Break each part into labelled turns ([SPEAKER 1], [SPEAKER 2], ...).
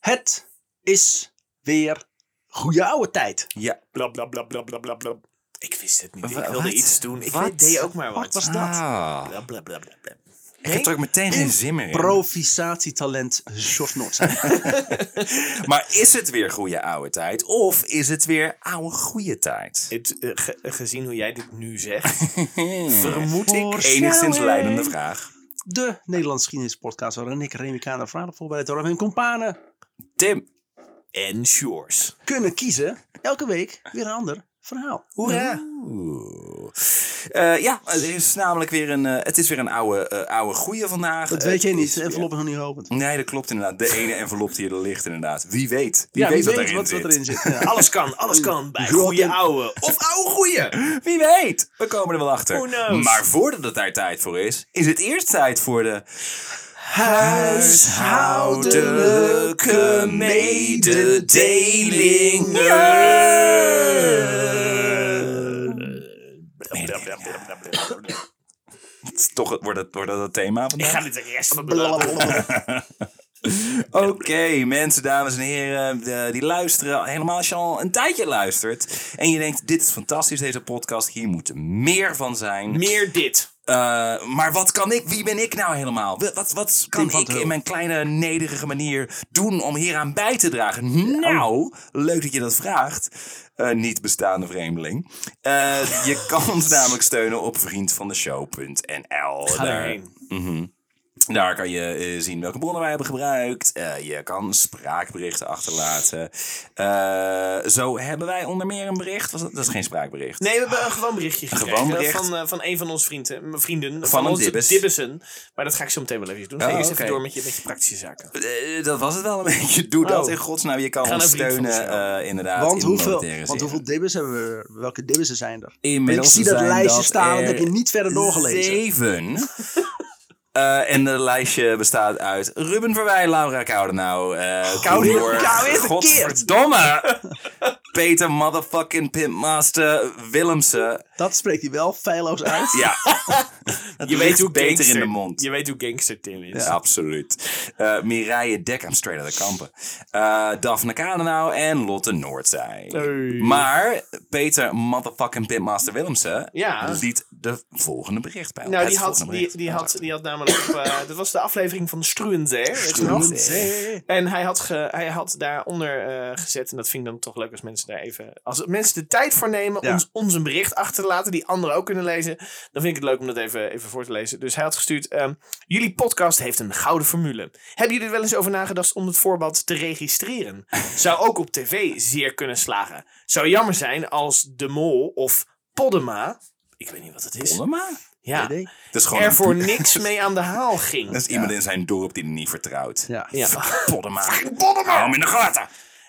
[SPEAKER 1] Het is weer goeie oude tijd.
[SPEAKER 2] Ja.
[SPEAKER 3] Blab, blab, blab, blab, blab, blab, blab. Ik wist het niet. Ik
[SPEAKER 2] Wa-
[SPEAKER 3] wilde
[SPEAKER 2] wat?
[SPEAKER 3] iets doen. Ik
[SPEAKER 2] Wat?
[SPEAKER 3] weet- deed ook maar
[SPEAKER 1] Wat
[SPEAKER 3] wat.
[SPEAKER 1] was dat?
[SPEAKER 2] Ah.
[SPEAKER 3] Blab, blab, blab, blab, blab.
[SPEAKER 2] Ik heb er ook meteen geen zin meer in.
[SPEAKER 1] Improvisatietalent Jos Noordzijn.
[SPEAKER 2] Maar is het weer goede oude tijd? Of is het weer oude goede tijd?
[SPEAKER 3] Het, eh, ge- gezien hoe jij dit nu zegt, vermoed
[SPEAKER 1] Voor-
[SPEAKER 3] ik...
[SPEAKER 2] Enigszins
[SPEAKER 1] Shall
[SPEAKER 2] leidende
[SPEAKER 1] we?
[SPEAKER 2] vraag.
[SPEAKER 1] De Nederlands geschiedenis podcast waarin ik Remicana verhalen voorbereid door mijn companen
[SPEAKER 2] Tim,
[SPEAKER 3] En shores.
[SPEAKER 1] kunnen kiezen. Elke week weer een ander verhaal.
[SPEAKER 2] hoera! Oeh. Eh, ja, het is namelijk weer een, eh, het is weer een oude, eh, oude goeie vandaag.
[SPEAKER 1] Dat
[SPEAKER 2] Eh,
[SPEAKER 1] weet jij
[SPEAKER 2] het
[SPEAKER 1] niet.
[SPEAKER 2] is
[SPEAKER 1] De
[SPEAKER 2] weer-
[SPEAKER 1] envelop is nog niet geopend.
[SPEAKER 2] Nee, dat klopt inderdaad. De ene envelop die er ligt inderdaad. Wie weet. Wie weet wat erin zit.
[SPEAKER 1] zit. Ja.
[SPEAKER 3] Alles kan, alles kan. Bij
[SPEAKER 1] Grote-
[SPEAKER 3] goede ouwe. Of
[SPEAKER 2] Of oude goeie. Wie weet. We komen er wel achter.
[SPEAKER 3] Who knows?
[SPEAKER 2] Maar voordat het daar tijd voor is, is het eerst tijd voor de...
[SPEAKER 3] Huishoudelijke mededelingen. blab, blab, blab, blab, blab, blab.
[SPEAKER 2] Het is Toch het- wordt dat, wordt dat het thema
[SPEAKER 3] Ik
[SPEAKER 2] vandaag?
[SPEAKER 3] ga niet de rest van de...
[SPEAKER 2] Oké, mensen, dames en heren de- die luisteren. Helemaal als je al een tijdje luistert. En je denkt, dit is fantastisch, deze podcast. Hier moet meer van zijn.
[SPEAKER 3] Meer dit.
[SPEAKER 2] Eh, maar wat kan ik, wie ben ik nou helemaal? Wat, wat, wat kan
[SPEAKER 1] Tim van
[SPEAKER 2] ik
[SPEAKER 1] der Hulp.
[SPEAKER 2] in mijn kleine nederige manier doen om hieraan bij te dragen? Nou, leuk dat je dat vraagt. Eh, niet bestaande vreemdeling. Eh, je kan ons namelijk steunen op vriendvandeshow.nl.
[SPEAKER 3] Ga
[SPEAKER 2] Daar-
[SPEAKER 3] erheen.
[SPEAKER 2] daar kan je eh, zien welke bronnen wij hebben gebruikt. Eh, je kan spraakberichten achterlaten. Eh, zo hebben wij onder meer een bericht. Was dat, dat is geen spraakbericht.
[SPEAKER 3] Nee, we hebben een gewoon berichtje gekregen
[SPEAKER 2] gewoon bericht?
[SPEAKER 3] Van, eh, van een van onze vrienden, m- vrienden van,
[SPEAKER 2] een
[SPEAKER 3] onze
[SPEAKER 2] dibbes.
[SPEAKER 3] dibbissen. Maar dat ga ik zo meteen wel even doen. Ga
[SPEAKER 2] Oh,
[SPEAKER 3] eerst
[SPEAKER 2] oké.
[SPEAKER 3] even door met je, met je praktische zaken.
[SPEAKER 2] Eh, dat was het wel een beetje. Doe dat
[SPEAKER 3] Oh.
[SPEAKER 2] in godsnaam. Je kan
[SPEAKER 3] Ga
[SPEAKER 2] ons
[SPEAKER 3] naar Vriend van de
[SPEAKER 2] steunen, eh, inderdaad.
[SPEAKER 1] Want
[SPEAKER 2] in
[SPEAKER 1] hoeveel,
[SPEAKER 2] monetaire
[SPEAKER 1] want
[SPEAKER 2] zin.
[SPEAKER 1] hoeveel dibbers hebben we? Welke dibbissen zijn er?
[SPEAKER 2] Inmiddels
[SPEAKER 1] ik zie dat
[SPEAKER 2] zijn
[SPEAKER 1] lijstje staan,
[SPEAKER 2] er
[SPEAKER 1] dat heb je niet verder doorgelezen.
[SPEAKER 2] Zeven. Eh, en de lijstje bestaat uit Ruben Verwij, Laura Koudenau,
[SPEAKER 1] Oh,
[SPEAKER 2] eh Koudenau,
[SPEAKER 1] Ja, weer verkeerd.
[SPEAKER 2] Godverdomme! Peter motherfucking Pimpmaster Willemsen.
[SPEAKER 1] Dat spreekt hij wel feilloos uit.
[SPEAKER 2] Ja,
[SPEAKER 3] Je weet, hoe
[SPEAKER 2] beter
[SPEAKER 3] gangster,
[SPEAKER 2] in de mond.
[SPEAKER 3] je weet hoe gangster Tim is.
[SPEAKER 2] Absoluut. Eh Mireille Dekham, straight out of Kampen. Eh Daphne Kadenau en Lotte Noordzij.
[SPEAKER 3] Hey.
[SPEAKER 2] Maar Peter motherfucking Pitmaster Willemsen
[SPEAKER 3] Ja.
[SPEAKER 2] liet de volgende bericht bij.
[SPEAKER 3] Nou,
[SPEAKER 2] Het
[SPEAKER 3] die had,
[SPEAKER 2] volgende
[SPEAKER 3] die,
[SPEAKER 2] bericht.
[SPEAKER 3] die, had, die had namelijk... op, eh, dat was de aflevering van Struensee.
[SPEAKER 2] Struensee.
[SPEAKER 3] En hij had, ge- hij had daaronder eh, gezet, en dat vind ik dan toch leuk als mensen daar even. Als mensen de tijd voor nemen
[SPEAKER 1] Ja.
[SPEAKER 3] ons, ons een bericht achter te laten, die anderen ook kunnen lezen, dan vind ik het leuk om dat even, even voor te lezen. Dus hij had gestuurd: ehm, Jullie podcast heeft een gouden formule. Hebben jullie er wel eens over nagedacht om het voorbeeld te registreren? Zou ook op tv zeer kunnen slagen. Zou jammer zijn als De Mol of Podema, ik weet niet wat het is,
[SPEAKER 2] Pollema?
[SPEAKER 3] ja,
[SPEAKER 1] Nee, nee.
[SPEAKER 2] Dat is gewoon
[SPEAKER 3] er voor
[SPEAKER 2] dat
[SPEAKER 3] niks mee aan de haal
[SPEAKER 2] is
[SPEAKER 3] ging.
[SPEAKER 2] iemand in zijn dorp die hij niet vertrouwt.
[SPEAKER 1] Ja.
[SPEAKER 3] Ja.
[SPEAKER 2] Poddema. Poddema. Hou hem in de gaten.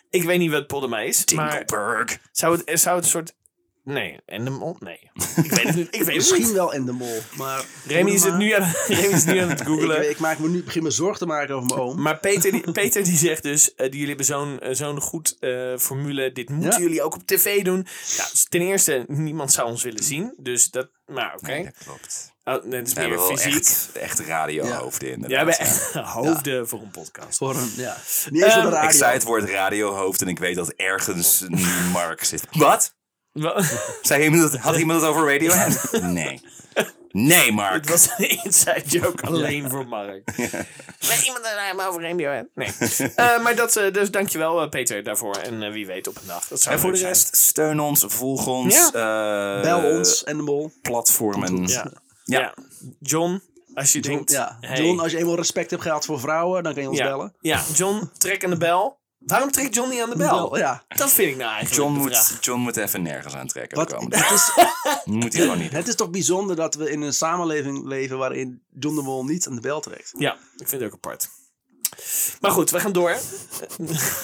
[SPEAKER 3] Ik weet niet wat Podema is, maar
[SPEAKER 2] Dinkelberg.
[SPEAKER 3] Zou het, eh, zou het een soort. Nee, en de mol? Nee. Ik weet het niet. Ik weet het
[SPEAKER 1] Misschien
[SPEAKER 3] niet.
[SPEAKER 1] wel in de mol. Maar
[SPEAKER 3] Remy is, het nu aan, Remy is het nu aan het
[SPEAKER 1] Ik,
[SPEAKER 3] googelen.
[SPEAKER 1] ik maak me nu begin me zorgen te maken over mijn oom.
[SPEAKER 3] Maar Peter, die, Peter die zegt dus, eh, die jullie hebben zo'n eh, zo'n goed eh, formule. Dit moeten
[SPEAKER 1] Ja.
[SPEAKER 3] jullie ook op tv doen. Nou, ten eerste, niemand zou ons willen zien. Dus dat, maar oké.
[SPEAKER 2] Nee, dat klopt.
[SPEAKER 3] Oh, nee, het is
[SPEAKER 2] We hebben
[SPEAKER 3] meer
[SPEAKER 2] wel
[SPEAKER 3] fysiek.
[SPEAKER 2] echt, echt radiohoofden in.
[SPEAKER 3] Jij bent echt hoofden voor een podcast.
[SPEAKER 1] Voor een, ja. Niet eens voor de
[SPEAKER 3] Ehm,
[SPEAKER 1] radio.
[SPEAKER 2] Ik zei het woord radiohoofd en ik weet dat ergens een Mark zit. Wat?
[SPEAKER 3] Wel-
[SPEAKER 2] Zei iemand dat, had iemand het over Radiohead? Nee. Nee, Mark.
[SPEAKER 3] Het was een inside joke alleen voor Mark. Maar iemand daar hem over Remy hè? Nee. Eh, maar dat, eh, dus dankjewel eh, Peter daarvoor. En eh, wie weet op een dag. Dat zou
[SPEAKER 2] En voor
[SPEAKER 3] leuk
[SPEAKER 2] de
[SPEAKER 3] zijn.
[SPEAKER 2] rest, steun ons, volg ons. eh,
[SPEAKER 1] Bel ons en de mol.
[SPEAKER 2] Platformen.
[SPEAKER 3] Ja.
[SPEAKER 2] Ja.
[SPEAKER 3] Ja. John, als je denkt...
[SPEAKER 1] Ja.
[SPEAKER 3] hey,
[SPEAKER 1] John, als je eenmaal respect hebt gehad voor vrouwen, dan kan je ons
[SPEAKER 3] ja.
[SPEAKER 1] bellen.
[SPEAKER 3] Ja, John, trek aan de bel. Waarom trekt John niet aan de bel?
[SPEAKER 1] Bel, ja.
[SPEAKER 3] Dat vind ik nou eigenlijk
[SPEAKER 2] John,
[SPEAKER 3] de vraag.
[SPEAKER 2] moet, John moet even nergens aan trekken. de
[SPEAKER 1] Wat,
[SPEAKER 2] komende
[SPEAKER 1] het, is,
[SPEAKER 2] tijd. Moet hij gewoon niet.
[SPEAKER 1] het is toch bijzonder dat we in een samenleving leven waarin John de Mol niet aan de bel trekt.
[SPEAKER 3] Ja, ik vind het ook apart. Maar goed, we gaan door.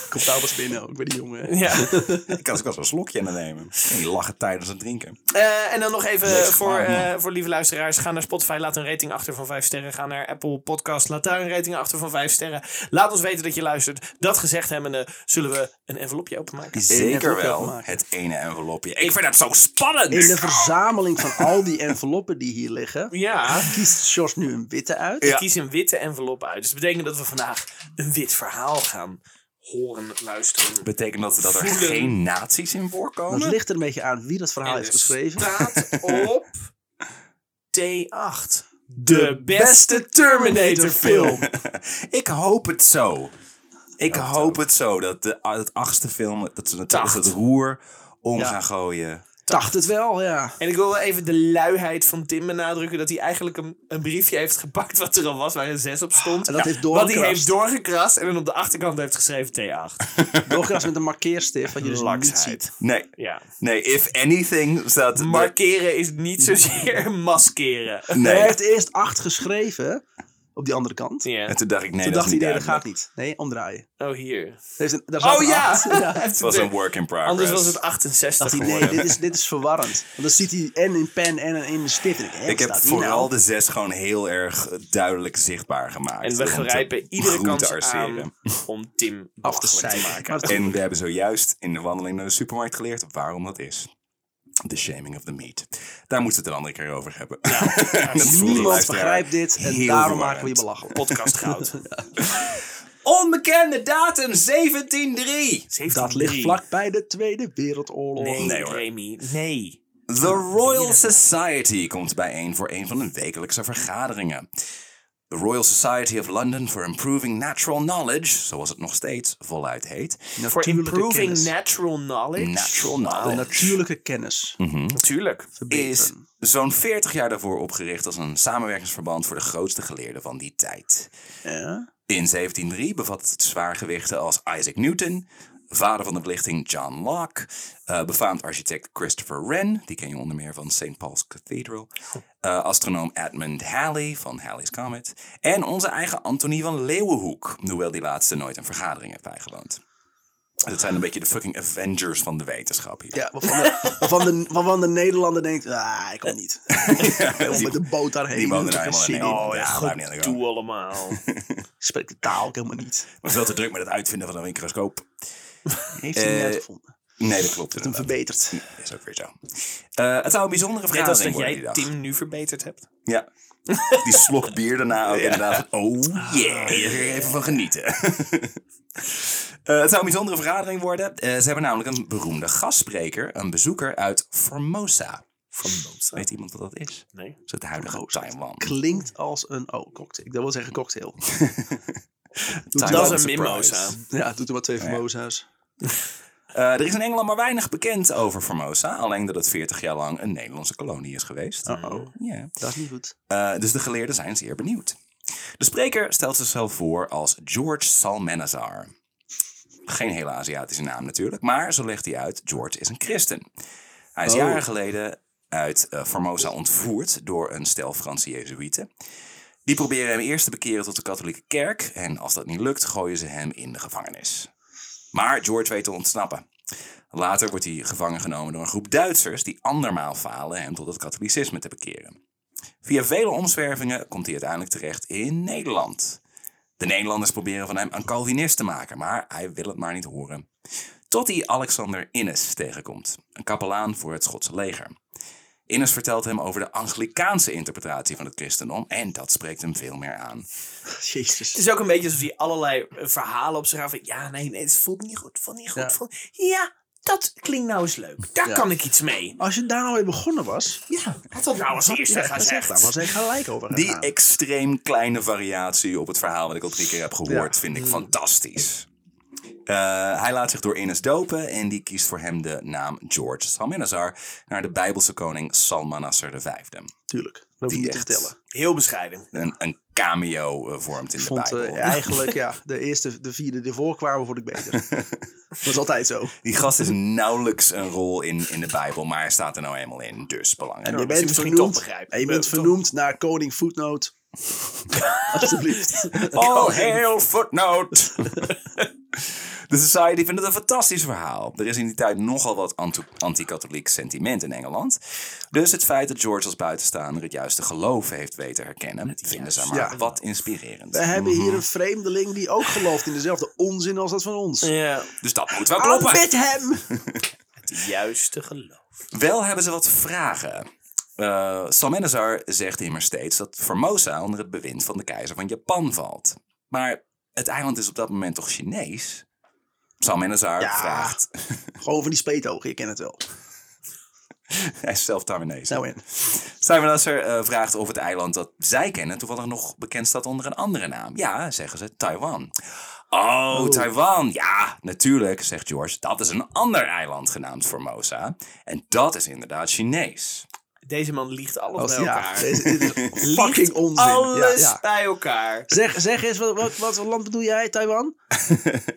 [SPEAKER 1] Komt trouwens binnen ook bij die jongen.
[SPEAKER 3] Ja.
[SPEAKER 2] Ik kan ook wel zo'n slokje aan nemen. En die lachen tijdens het drinken.
[SPEAKER 3] Eh, en dan nog even
[SPEAKER 2] Leuk,
[SPEAKER 3] voor,
[SPEAKER 2] man.
[SPEAKER 3] eh, voor lieve luisteraars. Ga naar Spotify, laat een rating achter van 5 sterren. Ga naar Apple Podcast, laat daar een rating achter van 5 sterren. Laat ons weten dat je luistert. Dat gezegd hebbende, zullen we een envelopje openmaken.
[SPEAKER 2] Zeker
[SPEAKER 1] envelopje
[SPEAKER 2] wel
[SPEAKER 1] afmaken.
[SPEAKER 2] het ene envelopje. Ik vind dat zo spannend.
[SPEAKER 1] In de verzameling van al die enveloppen die hier liggen,
[SPEAKER 3] Ja,
[SPEAKER 1] kiest Jos nu een witte uit.
[SPEAKER 2] Ja.
[SPEAKER 3] kies een witte envelop uit. Dus dat betekent dat we vandaag een wit verhaal gaan horen, luisteren.
[SPEAKER 2] Betekent dat dat er
[SPEAKER 3] Voelen.
[SPEAKER 2] geen nazi's in
[SPEAKER 1] Dat
[SPEAKER 2] voorkomen?
[SPEAKER 1] ligt er een beetje aan wie dat verhaal
[SPEAKER 3] En
[SPEAKER 1] heeft
[SPEAKER 3] er
[SPEAKER 1] geschreven.
[SPEAKER 3] staat op T8.
[SPEAKER 2] De
[SPEAKER 3] beste Terminator film.
[SPEAKER 2] ik hoop het zo. Ik hoop het zo dat de ah, het achtste film, dat ze natuurlijk
[SPEAKER 3] Tacht.
[SPEAKER 2] het roer om
[SPEAKER 1] Ja.
[SPEAKER 2] gaan gooien.
[SPEAKER 1] Dacht het wel, ja.
[SPEAKER 3] En ik wil wel even de luiheid van Tim benadrukken dat hij eigenlijk een, een briefje heeft gepakt wat er al was, waar een 6 op stond.
[SPEAKER 1] En dat heeft
[SPEAKER 3] wat hij
[SPEAKER 1] doorgekrast.
[SPEAKER 3] heeft doorgekrast en dan op de achterkant heeft geschreven T8.
[SPEAKER 1] Doorgaans met een markeerstift, wat je dus niet ziet.
[SPEAKER 3] Laksheid.
[SPEAKER 2] Nee,
[SPEAKER 3] Ja.
[SPEAKER 2] nee, if anything staat...
[SPEAKER 3] Markeren is niet zozeer maskeren.
[SPEAKER 2] Nee.
[SPEAKER 1] Hij heeft eerst acht geschreven, op die andere kant.
[SPEAKER 3] Ja.
[SPEAKER 2] En toen dacht ik, nee,
[SPEAKER 1] Toen
[SPEAKER 2] dat
[SPEAKER 1] dacht
[SPEAKER 2] is
[SPEAKER 1] hij,
[SPEAKER 2] niet
[SPEAKER 1] nee, dat
[SPEAKER 2] duidelijk.
[SPEAKER 1] gaat niet. Nee, omdraaien.
[SPEAKER 3] Oh, hier.
[SPEAKER 1] Er Heeft een, daar
[SPEAKER 3] Oh
[SPEAKER 1] zaten
[SPEAKER 3] ja!
[SPEAKER 1] acht. ja.
[SPEAKER 3] Het
[SPEAKER 2] Het was een work in progress.
[SPEAKER 3] Anders was het 68
[SPEAKER 1] Dacht hij,
[SPEAKER 3] geworden.
[SPEAKER 1] nee, dit is, dit is verwarrend. Want dan ziet hij en in pen en in de stift. En ik, hè,
[SPEAKER 2] Ik heb
[SPEAKER 1] staat hier
[SPEAKER 2] vooral
[SPEAKER 1] nou?
[SPEAKER 2] de zes gewoon heel erg eh, duidelijk zichtbaar gemaakt. eh,
[SPEAKER 3] En we
[SPEAKER 2] Om te-
[SPEAKER 3] grijpen iedere
[SPEAKER 2] goed te
[SPEAKER 3] kans
[SPEAKER 2] arceren.
[SPEAKER 3] aan om Tim
[SPEAKER 1] Af te
[SPEAKER 3] belachelijk te
[SPEAKER 1] zeiken.
[SPEAKER 3] maken.
[SPEAKER 1] Maar het-
[SPEAKER 2] En we hebben zojuist in de wandeling naar de supermarkt geleerd waarom dat is. The shaming of the meat. Daar moeten we het een andere keer over hebben. Dat voelde de
[SPEAKER 1] Niemand
[SPEAKER 2] luisteraar
[SPEAKER 1] begrijpt dit en daarom
[SPEAKER 2] heel verwarrend.
[SPEAKER 1] maken we je belachelijk.
[SPEAKER 3] Podcast goud.
[SPEAKER 2] Onbekende datum 1703.
[SPEAKER 1] Dat ligt vlak bij de Tweede Wereldoorlog.
[SPEAKER 3] Nee,
[SPEAKER 2] Nee, hoor.
[SPEAKER 3] Remy. Nee.
[SPEAKER 2] The Royal Society komt bijeen voor een van hun wekelijkse vergaderingen. The Royal Society of London for Improving Natural Knowledge, zoals het nog steeds voluit heet.
[SPEAKER 3] For
[SPEAKER 1] Natuurlijke
[SPEAKER 3] improving
[SPEAKER 1] kennis.
[SPEAKER 3] natural knowledge.
[SPEAKER 2] Natural
[SPEAKER 1] De
[SPEAKER 2] Knowledge.
[SPEAKER 1] natuurlijke kennis.
[SPEAKER 3] Natuurlijk.
[SPEAKER 2] is
[SPEAKER 1] verbeteren.
[SPEAKER 2] zo'n 40 jaar daarvoor opgericht als een samenwerkingsverband voor de grootste geleerden van die tijd.
[SPEAKER 1] Ja.
[SPEAKER 2] In 1703 bevat het zwaargewichten als Isaac Newton, vader van de verlichting John Locke, eh, befaamd architect Christopher Wren, die ken je onder meer van St. Paul's Cathedral, eh, astronoom Edmund Halley van Halley's Comet en onze eigen Antonie van Leeuwenhoek, hoewel die laatste nooit een vergadering heeft bijgewoond. Dat zijn een beetje de fucking Avengers van de wetenschap hier.
[SPEAKER 1] Ja, waarvan de, waarvan, de, waarvan de Nederlander denkt, ah, ik kom niet. Om met de boot daarheen.
[SPEAKER 2] die wonen daar
[SPEAKER 1] Ik heb
[SPEAKER 2] helemaal
[SPEAKER 1] geen zin
[SPEAKER 2] in.
[SPEAKER 1] in.
[SPEAKER 2] Oh, ja, laat me niet
[SPEAKER 3] Goed, doe allemaal.
[SPEAKER 1] Ik spreek de taal ook helemaal niet.
[SPEAKER 2] Maar veel te druk met het uitvinden van een microscoop.
[SPEAKER 1] Heeft hij
[SPEAKER 2] Eh,
[SPEAKER 1] net gevonden.
[SPEAKER 2] Nee, dat klopt.
[SPEAKER 1] Het hem
[SPEAKER 2] inderdaad.
[SPEAKER 1] verbeterd.
[SPEAKER 2] Is ook weer zo. Eh, het zou een bijzondere
[SPEAKER 3] Net
[SPEAKER 2] vergadering
[SPEAKER 3] als dat
[SPEAKER 2] worden die
[SPEAKER 3] jij
[SPEAKER 2] dag.
[SPEAKER 3] Tim nu verbeterd hebt.
[SPEAKER 2] Ja. Die slok bier daarna ook inderdaad. Oh yeah, hier ga ik even van genieten. Eh, het zou een bijzondere vergadering worden. Eh, ze hebben namelijk een beroemde gastspreker, een bezoeker uit Formosa.
[SPEAKER 3] Van
[SPEAKER 2] Weet iemand wat dat is?
[SPEAKER 3] Nee.
[SPEAKER 2] Dat is het huidige Taiwan.
[SPEAKER 1] Klinkt als een, oh, cocktail. Dat wil zeggen cocktail.
[SPEAKER 2] Taiwan
[SPEAKER 3] Dat is een
[SPEAKER 2] surprise.
[SPEAKER 3] mimosa.
[SPEAKER 1] Ja, doet er maar twee vermoza's.
[SPEAKER 2] Eh, er is in Engeland maar weinig bekend over Formosa. Alleen dat het 40 jaar lang een Nederlandse kolonie is geweest.
[SPEAKER 1] oh.
[SPEAKER 2] Ja.
[SPEAKER 1] Dat is niet goed.
[SPEAKER 2] Eh, dus de geleerden zijn zeer benieuwd. De spreker stelt zichzelf voor als George Salmanazar. Geen hele Aziatische naam natuurlijk, maar zo legt hij uit: George is een christen. Hij is
[SPEAKER 1] Oh.
[SPEAKER 2] jaren geleden uit eh, Formosa ontvoerd door een stel Franse Jezuïeten. Die proberen hem eerst te bekeren tot de katholieke kerk en als dat niet lukt, gooien ze hem in de gevangenis. Maar George weet te ontsnappen. Later wordt hij gevangen genomen door een groep Duitsers die andermaal falen hem tot het katholicisme te bekeren. Via vele omzwervingen komt hij uiteindelijk terecht in Nederland. De Nederlanders proberen van hem een Calvinist te maken, maar hij wil het maar niet horen. Tot hij Alexander Innes tegenkomt, een kapelaan voor het Schotse leger. Innes vertelt hem over de Anglikaanse interpretatie van het christendom en dat spreekt hem veel meer aan.
[SPEAKER 1] Jezus.
[SPEAKER 3] Het is ook een beetje alsof hij allerlei eh, verhalen op zich af. Ja, nee, nee, het voelt niet goed. Voelt niet goed.
[SPEAKER 1] Ja.
[SPEAKER 3] voelt- ja, dat klinkt nou eens leuk. Daar
[SPEAKER 1] Ja.
[SPEAKER 3] kan ik iets mee.
[SPEAKER 1] Als je daar nou mee begonnen was,
[SPEAKER 3] Ja, had dat nou als
[SPEAKER 1] ja,
[SPEAKER 3] eerste
[SPEAKER 1] dat is echt
[SPEAKER 3] gezegd.
[SPEAKER 1] waar was hij gelijk over
[SPEAKER 2] Die e-
[SPEAKER 1] gegaan.
[SPEAKER 2] extreem kleine variatie op het verhaal wat ik al drie keer heb gehoord,
[SPEAKER 1] Ja. Mm.
[SPEAKER 2] vind ik fantastisch. Eh, hij laat zich door Innes dopen en die kiest voor hem de naam George Salmanazar naar de Bijbelse koning Salmanasser V.
[SPEAKER 1] Tuurlijk, dat hoef je
[SPEAKER 2] Die
[SPEAKER 1] niet te
[SPEAKER 2] echt
[SPEAKER 1] vertellen.
[SPEAKER 3] Heel bescheiden.
[SPEAKER 2] Een, een cameo eh, vormt in de
[SPEAKER 1] Vond eh,
[SPEAKER 2] Bijbel.
[SPEAKER 1] eigenlijk ja, de eerste, de vierde die voorkwamen, vond ik beter. dat is altijd zo.
[SPEAKER 2] Die gast is nauwelijks een rol in, in de Bijbel, maar hij staat er nou eenmaal in, dus belangrijk.
[SPEAKER 1] En je
[SPEAKER 3] dat is
[SPEAKER 1] bent
[SPEAKER 3] Nou, misschien
[SPEAKER 1] vernoemd,
[SPEAKER 3] toch begrijpen.
[SPEAKER 1] en je
[SPEAKER 3] Ja,
[SPEAKER 1] bent
[SPEAKER 3] toch.
[SPEAKER 1] vernoemd naar koning Footnote. Alsjeblieft.
[SPEAKER 2] All hail footnote. De Society vindt het een fantastisch verhaal. Er is in die tijd nogal wat anto- anti-katholiek sentiment in Engeland. Dus het feit dat George als buitenstaander het juiste geloof heeft weten herkennen, vinden ze maar
[SPEAKER 1] Ja.
[SPEAKER 2] wat inspirerend. Mhm.
[SPEAKER 1] We hebben
[SPEAKER 3] Mhm.
[SPEAKER 1] hier een vreemdeling die ook gelooft in dezelfde onzin als dat van ons.
[SPEAKER 3] Ja.
[SPEAKER 2] Dus dat moet wel
[SPEAKER 1] Aan
[SPEAKER 2] kloppen.
[SPEAKER 1] met hem!
[SPEAKER 3] Het juiste geloof.
[SPEAKER 2] Wel hebben ze wat vragen. Eh Salmanazar zegt immers steeds dat Formosa onder het bewind van de keizer van Japan valt. Maar het eiland is op dat moment toch Chinees? Sam en Azar
[SPEAKER 1] Ja.
[SPEAKER 2] vraagt.
[SPEAKER 1] Gewoon van die speetogen, je kent het wel.
[SPEAKER 2] Hij is zelf Taiwanese.
[SPEAKER 1] Nou in.
[SPEAKER 2] Simon Asser eh, vraagt of het eiland dat zij kennen toevallig nog bekend staat onder een andere naam. Ja, zeggen ze Taiwan. Oh, Taiwan. Ja, natuurlijk, zegt George. Dat is een ander eiland genaamd Formosa. En dat is inderdaad Chinees.
[SPEAKER 3] Deze man liegt alles
[SPEAKER 1] Als,
[SPEAKER 3] bij
[SPEAKER 1] ja,
[SPEAKER 3] elkaar.
[SPEAKER 1] deze- dit is
[SPEAKER 3] Liegt
[SPEAKER 1] fucking onzin. Ja,
[SPEAKER 3] Alles
[SPEAKER 1] ja.
[SPEAKER 3] bij elkaar.
[SPEAKER 1] Zeg, zeg eens, wat, wat, wat voor land bedoel jij, Taiwan?